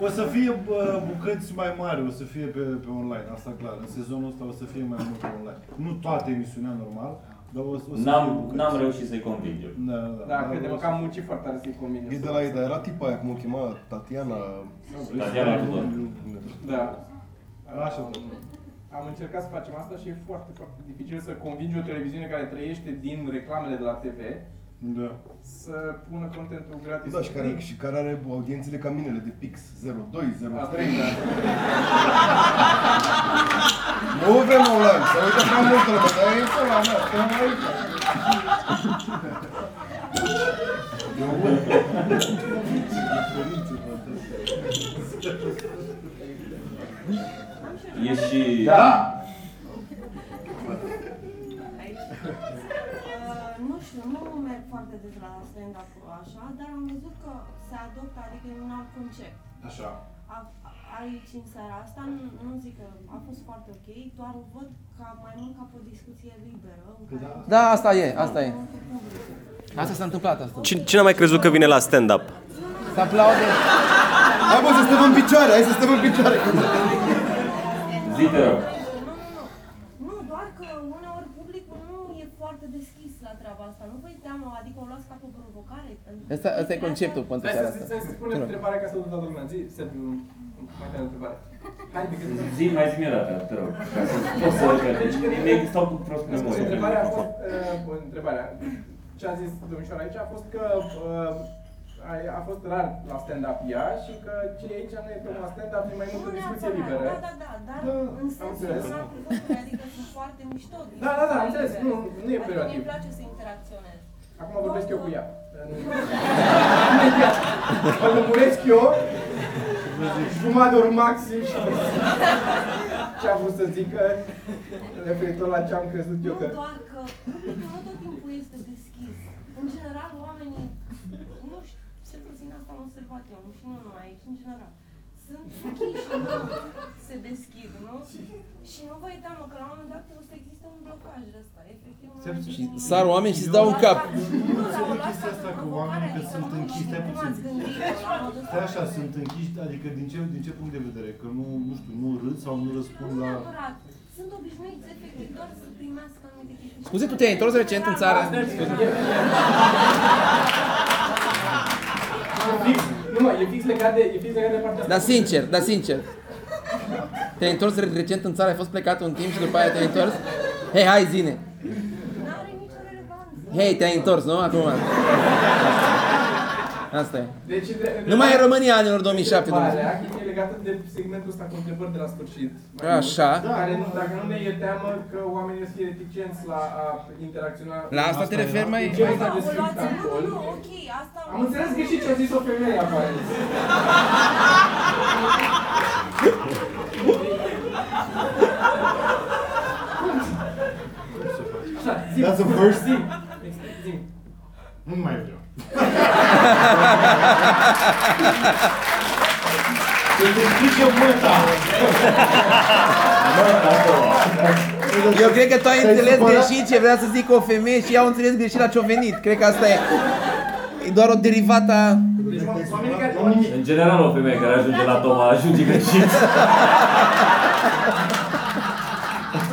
Speaker 4: O să fie bă, bucăți mai mari, o să fie pe, pe online, asta clar. În sezonul ăsta o să fie mai mult pe online. Nu toată emisiunea normal, dar o, să- o să fie
Speaker 3: N-am,
Speaker 4: bucăți.
Speaker 3: n-am reușit să-i convingem.
Speaker 4: Da, da, da.
Speaker 6: Da,
Speaker 4: dar
Speaker 6: credem
Speaker 4: o
Speaker 6: că am muncit foarte tare să-i
Speaker 10: E
Speaker 6: combine.
Speaker 10: de la ei, da. dar era tipa aia, cum o chema, Tatiana...
Speaker 3: Tatiana Tudor.
Speaker 6: Da.
Speaker 4: Așa, da.
Speaker 6: Am încercat să facem asta și e foarte, foarte dificil să convingi o televiziune care trăiește din reclamele de la TV
Speaker 4: Da.
Speaker 6: să pună contentul gratis.
Speaker 10: Da, și care, și care are audiențele ca minele de pix 02, 03.
Speaker 6: Asta e, da.
Speaker 10: Nu vrem online, să uită prea mult la dar e pe la mea, stăm aici.
Speaker 3: E și...
Speaker 12: Uh, nu știu, nu merg foarte des la stand-up așa, dar am văzut că se adoptă, adică e un alt concept.
Speaker 6: Așa.
Speaker 12: A, a- aici, în seara asta, nu, nu zic că a fost foarte ok, doar o văd ca mai mult ca pe o discuție liberă. În care
Speaker 5: Da, asta e, asta e.
Speaker 12: cu publicul.
Speaker 5: Asta s-a întâmplat asta.
Speaker 9: Cine cine a mai crezut că vine la stand-up?
Speaker 5: Să aplaude.
Speaker 10: Hai bă, să stăm în picioare, hai să stăm în picioare.
Speaker 3: Zi, te rog.
Speaker 12: Nu, nu, nu. Nu, doar că uneori publicul nu e foarte deschis la treaba asta. Nu vă teamă, adică o luați ca pe o provocare. pentru că
Speaker 5: Asta, asta e
Speaker 12: chestia
Speaker 5: conceptul
Speaker 12: asta-
Speaker 5: pentru
Speaker 6: Hai
Speaker 5: seara
Speaker 6: să, să,
Speaker 5: asta.
Speaker 6: să spunem întrebarea ca să o duc la toată lumea. Zi, Sergiu, mai tare întrebare. Hai, de câte
Speaker 3: Zi, mai zi-mi data, te rog. Ca să poți să repeți. Nimic, stau cu prost
Speaker 6: Răspunsul
Speaker 3: memorie.
Speaker 6: întrebarea a fost, uh, întrebarea, ce a zis domnișoara aici a fost că uh, a, a fost rar la stand-up ea și că ce e aici nu e tocmai stand-up, e mai mult
Speaker 12: Nu
Speaker 6: o discuție
Speaker 12: neapărat,
Speaker 6: liberă.
Speaker 12: Da, da, da, dar
Speaker 6: Da,
Speaker 12: în
Speaker 6: am
Speaker 12: sensul
Speaker 6: înțeles.
Speaker 12: ăsta, cuvântului, adică sunt foarte mișto.
Speaker 6: Da, da, da, am înțeles,
Speaker 12: discuții
Speaker 6: nu,
Speaker 12: libere.
Speaker 6: nu e
Speaker 12: Adică
Speaker 6: peorativ.
Speaker 12: mi-e place să interacționez.
Speaker 6: Acum vorbesc eu cu ea. Imediat. Mă lămuresc eu, jumătate de ori maxim și ce a vrut să zică referitor la ce am crezut eu
Speaker 12: Nu
Speaker 6: că...
Speaker 12: doar că publicul nu tot timpul este deschis. În general, oamenii, nu știu, se puțin asta asta am observat eu, nu și nu numai aici, în general. Sunt închiși, nu se deschid, nu? Și nu vă e teamă că la un moment dat o să existe un blocaj de ăsta, efectiv. nu mai
Speaker 5: Și
Speaker 12: știu.
Speaker 5: sar oameni și îți dau un cap.
Speaker 12: Nu, dar o
Speaker 4: înțeleg
Speaker 12: las
Speaker 4: chestia
Speaker 12: ca
Speaker 4: asta
Speaker 12: pe
Speaker 4: cu
Speaker 12: provocare,
Speaker 4: oamenii că
Speaker 12: adică
Speaker 4: sunt
Speaker 12: nu
Speaker 4: închiși,
Speaker 12: știu
Speaker 4: stai
Speaker 12: cum ați
Speaker 4: puțin.
Speaker 12: gândit la modul ăsta.
Speaker 4: Stai așa, sunt închiși, adică din ce, din ce punct de vedere? Că nu, nu știu, nu râd sau nu răspund
Speaker 12: Nu
Speaker 4: la...
Speaker 12: neapărat. Sunt obișnuiți, efectiv, doar să primească anumite chestii.
Speaker 5: Scuze, tu te-ai întors recent în țară?
Speaker 6: Nu, mă, e fix legat de, e fix legat de partea asta.
Speaker 5: Dar sincer, dar sincer. Te-ai întors recent în țară, ai fost plecat un timp și după aia te-ai întors? Hei, hai zine!
Speaker 12: N-are nicio relevanță.
Speaker 5: Hei, te-ai întors, nu? Acum. Asta e.
Speaker 6: Deci, între-
Speaker 5: Da. Nu mai e România anilor 2007 Dumnezeu.
Speaker 6: Întrebarea e legată de segmentul ăsta cu întrebări de la sfârșit. mai
Speaker 5: Da. Așa.
Speaker 6: mult, Care, dacă nu ne e teamă că oamenii o să fie reticenți la a interacționa...
Speaker 5: La asta te referi mai...
Speaker 6: Ce
Speaker 12: Da,
Speaker 6: asta
Speaker 12: o
Speaker 6: de
Speaker 12: luați, nu,
Speaker 6: acolo?
Speaker 12: nu, ok, asta...
Speaker 6: Am înțeles că și ce a zis o femeie aparent. Așa, zi,
Speaker 10: That's a first.
Speaker 6: zi, explic, zi.
Speaker 4: Nu mai vreau.
Speaker 5: Eu cred că tu ai înțeles greșit ce vrea să zic o femeie și ea au înțeles greșit la ce-o venit. Cred că asta e. E doar o derivată a...
Speaker 6: Deci oamenii care...
Speaker 3: În general, o femeie care ajunge la Toma ajunge greșit.
Speaker 12: Îmi place foarte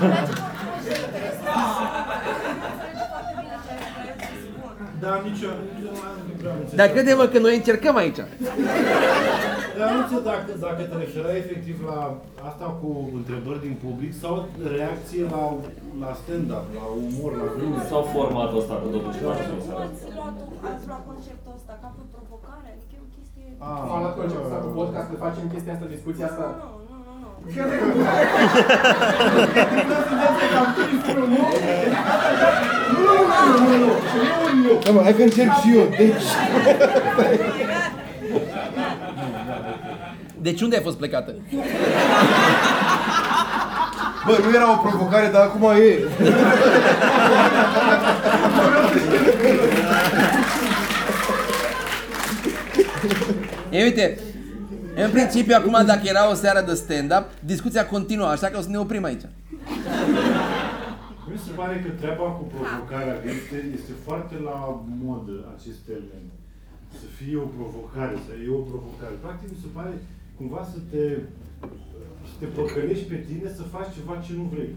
Speaker 12: mult și interesant. Înțelege foarte bine ce vreau să spun.
Speaker 4: Da, nici eu, nici eu nu mai am nu vreau.
Speaker 5: Dar crede-mă că noi încercăm aici.
Speaker 4: Dar nu știu dacă, dacă te referai efectiv la asta cu întrebări din public sau reacție la, la stand-up, la umor, la glume.
Speaker 3: Sau formatul ăsta cu totul ce
Speaker 12: Dar
Speaker 3: face.
Speaker 12: cum ați luat-o, ați luat conceptul ăsta ca pe provocare? Adică e o chestie...
Speaker 6: Am luat tot ce s-a cu podcast să facem chestia asta, discuția
Speaker 12: Nu,
Speaker 6: asta.
Speaker 12: nu, nu, nu.
Speaker 10: Da, mă, hai că încerc și eu. Deci,
Speaker 5: Deci unde ai fost plecată?
Speaker 10: bă, nu era o provocare, dar acum e.
Speaker 5: E, uite, în principiu, acum, dacă era o seară de stand-up, discuția continuă, așa că o să ne oprim aici.
Speaker 4: Mi se pare că treaba cu provocarea că este, este foarte la modă acest termen. Să fie o provocare, să e o provocare. Practic mi se pare cumva să te, să te păcălești pe tine să faci ceva ce nu vrei.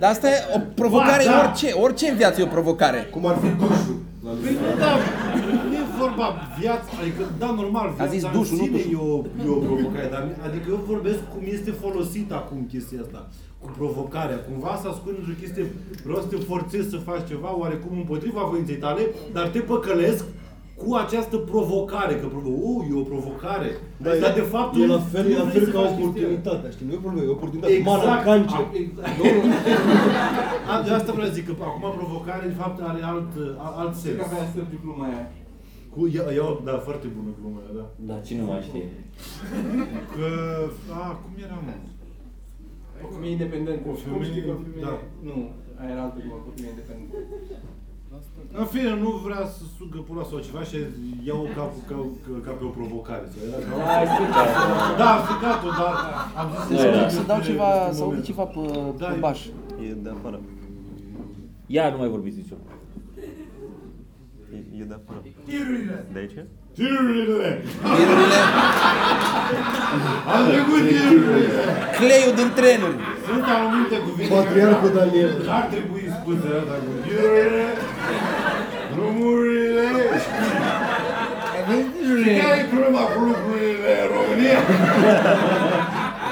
Speaker 5: Dar asta e o provocare,
Speaker 10: Ah,
Speaker 4: Ba, da.
Speaker 5: orice, orice în viață e o provocare.
Speaker 10: Cum ar fi dușul. La
Speaker 4: Păi nu, da, nu e vorba viața, adică, da, normal, viața
Speaker 5: zis
Speaker 4: în
Speaker 5: dușul, nu
Speaker 4: sine
Speaker 5: dușul.
Speaker 4: e o, e o provocare, dar, adică eu vorbesc cum este folosit acum chestia asta, cu provocarea, cumva să ascunzi într-o chestie, vreau să te forțez să faci ceva, oarecum împotriva voinței tale, dar te păcălesc cu această provocare, că provo- uh, e o provocare.
Speaker 10: Da,
Speaker 4: dar
Speaker 10: e-
Speaker 4: de fapt
Speaker 10: e
Speaker 4: nu-
Speaker 10: la fel,
Speaker 4: nu
Speaker 10: e la
Speaker 4: vrei
Speaker 10: fel
Speaker 4: să
Speaker 10: ca
Speaker 4: faci chestia.
Speaker 10: oportunitatea, știi, nu e o problemă, e o oportunitate.
Speaker 4: Exact.
Speaker 10: Mare cancer.
Speaker 4: A-
Speaker 10: [LAUGHS]
Speaker 4: Exact. A, de asta vreau să zic, că acum provocare, de fapt, are alt, alt
Speaker 6: Știu
Speaker 4: sens.
Speaker 6: că avea să gluma aia.
Speaker 4: Cu, ia, ia, da, foarte bună glumă, da.
Speaker 3: Dar cine mai știe?
Speaker 4: Că, a, cum era, mă?
Speaker 6: Cum e independent. Cum știi că o femeie...
Speaker 4: Da.
Speaker 6: Nu, aia era altă glumă cu femeie independent.
Speaker 4: În fine, nu vrea să sugă pula sau ceva și iau ca, ca, ca, ca pe o provocare. Sau era ca...
Speaker 3: Hai, strică.
Speaker 4: Da, am stricat-o, dar am zis
Speaker 3: Da, da.
Speaker 4: să
Speaker 8: ceva pe,
Speaker 4: Da, e-
Speaker 9: E de afară.
Speaker 3: Ia, nu mai vorbiți niciun.
Speaker 9: E, e de afară. De aici?
Speaker 5: Tirurile,
Speaker 4: Tirurile! Am trecut tirurile!
Speaker 5: cleiul din trenuri.
Speaker 4: Sunt anumite cuvinte
Speaker 10: Patriarhul
Speaker 4: care
Speaker 10: Daniel.
Speaker 4: N-ar trebui spuse, dar cu tirurile, drumurile... Și care e problema cu lucrurile în România?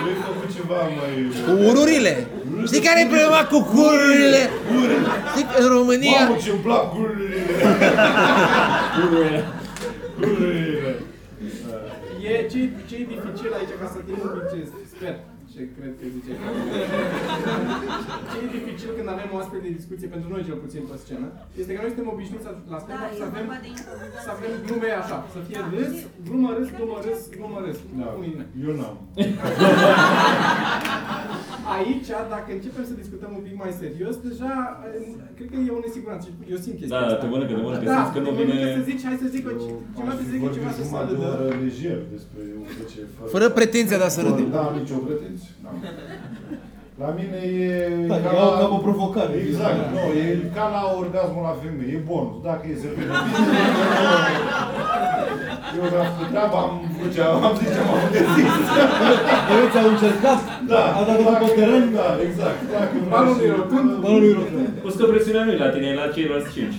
Speaker 4: Vrei să fac ceva mai...
Speaker 5: Cu ururile. Știi care e problema cu cururile? Știi că în România...
Speaker 4: Mamă, ce-mi plac gururile! gururile!
Speaker 6: E ce, ce e dificil aici ca să te obiceiesc, sper ce cred că zice. ce e dificil când avem o astfel de discuție, pentru noi cel puțin pe scenă, este că noi suntem obișnuiți să- la
Speaker 12: Da,
Speaker 6: stand-up
Speaker 12: e
Speaker 6: să avem
Speaker 12: vorba de improvizație. Da.
Speaker 6: să avem glume așa, să fie râs, glumă râs, glumă râs, glumă râs.
Speaker 4: Da,
Speaker 6: Mâine.
Speaker 4: eu n-am.
Speaker 6: Aici dacă începem să discutăm un pic mai serios, deja eh, cred că e o nesiguranță. Eu simt chestia
Speaker 3: Da,
Speaker 6: asta.
Speaker 3: te bună că de bună te
Speaker 6: da,
Speaker 3: simți că nu
Speaker 6: de bună
Speaker 3: vine-
Speaker 6: că să zici, hai să zic o, ceva, să zic eu ceva să
Speaker 4: jumătate de
Speaker 6: saludă.
Speaker 4: oră lejer despre orice ce fac.
Speaker 5: Fără pretenția de a să râdem.
Speaker 4: Da, am nicio pretenție. n-am. La mine e...
Speaker 13: Da, iau ca o provocare. Da.
Speaker 4: Exact, nu, e ca la orgasmul la femeie, e bonus. Dacă e să
Speaker 5: [LAUGHS]
Speaker 4: vină bine, eu mi-am făcut treaba, am făcut ce am am zis ce am avut de zis.
Speaker 13: Băieți au încercat,
Speaker 4: Da,
Speaker 13: a dat după
Speaker 4: dacă-
Speaker 13: teren,
Speaker 4: Da, exact. Dacă vrea
Speaker 6: Balonul
Speaker 4: și-
Speaker 6: e rotund,
Speaker 13: balonul e rotund.
Speaker 3: Plus că presiunea nu e la tine, e la ceilalți cinci.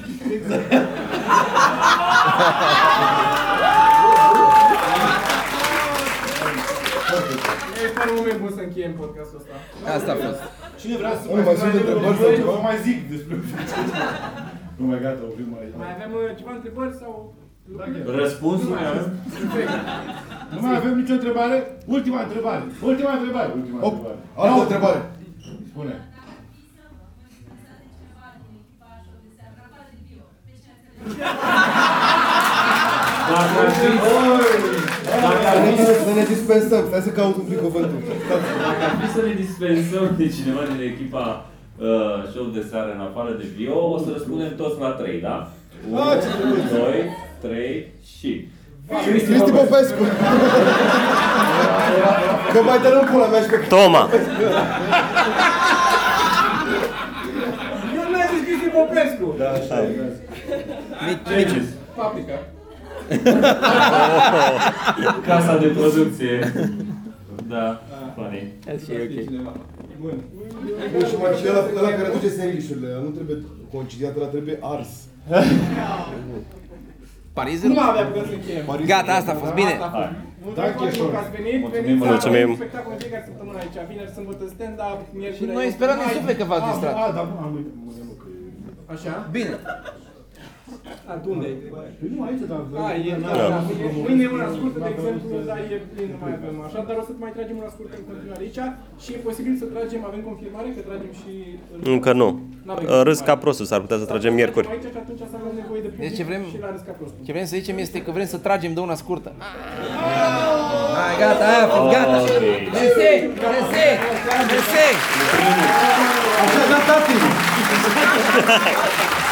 Speaker 6: E fără un moment bun să încheiem podcastul ăsta.
Speaker 5: Asta a fost.
Speaker 4: Cine vrea să
Speaker 10: Nu mai sunt
Speaker 4: spună
Speaker 10: întrebări
Speaker 4: lucruri,
Speaker 13: da.
Speaker 10: sau ceva?
Speaker 4: Vă mai zic despre Nu mai gata, oprim aici.
Speaker 6: Mai avem eh, ceva întrebări sau...
Speaker 4: Dacă-
Speaker 3: Răspunsul meu...
Speaker 4: Nu mai avem nicio întrebare? Ultima întrebare! Ultima întrebare! Ultima
Speaker 10: Hop,
Speaker 4: întrebare!
Speaker 10: altă întrebare.
Speaker 4: Spune!
Speaker 3: Dacă ar fi, dacă ar fi,
Speaker 10: Să ne dispensăm, stai să caut un pic cuvântul.
Speaker 3: dacă ar fi să ne dispensăm de cineva din echipa uh, show de seară în afară de Vio, o să răspundem toți la 3, da? 1, 2, 3 și...
Speaker 10: Cristi Popescu. Că mai dă în pula mea și pe
Speaker 9: Toma!
Speaker 6: Eu n-ai zis Cristi Popescu!
Speaker 4: Da, așa e.
Speaker 3: Ce zis?
Speaker 6: Paprika.
Speaker 3: Casa de producție. Da, funny.
Speaker 6: E cineva. Bun.
Speaker 10: Bun, și mai și ăla, ăla care duce sandvișurile, ăla nu trebuie concediat, ăla trebuie ars.
Speaker 6: Nu
Speaker 5: Parizul?
Speaker 6: mai avea putut să încheiem.
Speaker 5: Gata, asta a fost. Bine.
Speaker 6: Asta a
Speaker 3: Hai.
Speaker 6: fost. Mulțumim
Speaker 4: Da,
Speaker 6: foarte mult că ați venit.
Speaker 3: Mulțumim,
Speaker 6: Veniți la
Speaker 9: mulțumim.
Speaker 6: un spectacol în fiecare săptămână aici. Vineri, sâmbătă, stand-up, miercuri.
Speaker 5: Noi sperăm din suflet că v-ați distrat.
Speaker 4: A, dar am mâine nu că e...
Speaker 6: Așa?
Speaker 5: Bine.
Speaker 6: A, tu unde e?
Speaker 4: Păi nu aici, dar...
Speaker 6: A, e, da, da, mâine- mâine e una scurtă, de exemplu, dar e plin, nu mai avem așa, dar o să mai tragem una scurtă în continuare aici și e posibil să tragem, avem confirmare că tragem și...
Speaker 9: Încă nu.
Speaker 6: N-avem
Speaker 9: Râs
Speaker 6: confirmare.
Speaker 9: ca prostul, s-ar putea să tragem miercuri.
Speaker 6: Aici și atunci să avem nevoie de public
Speaker 5: Deci ce vrem-
Speaker 6: și la risca prostul.
Speaker 5: Ce vrem să zicem este că vrem să tragem de una scurtă. Hai, gata, aia a fost, gata.
Speaker 3: Ok.
Speaker 5: Mersi, mersi, mersi.
Speaker 13: Așa, da, tati!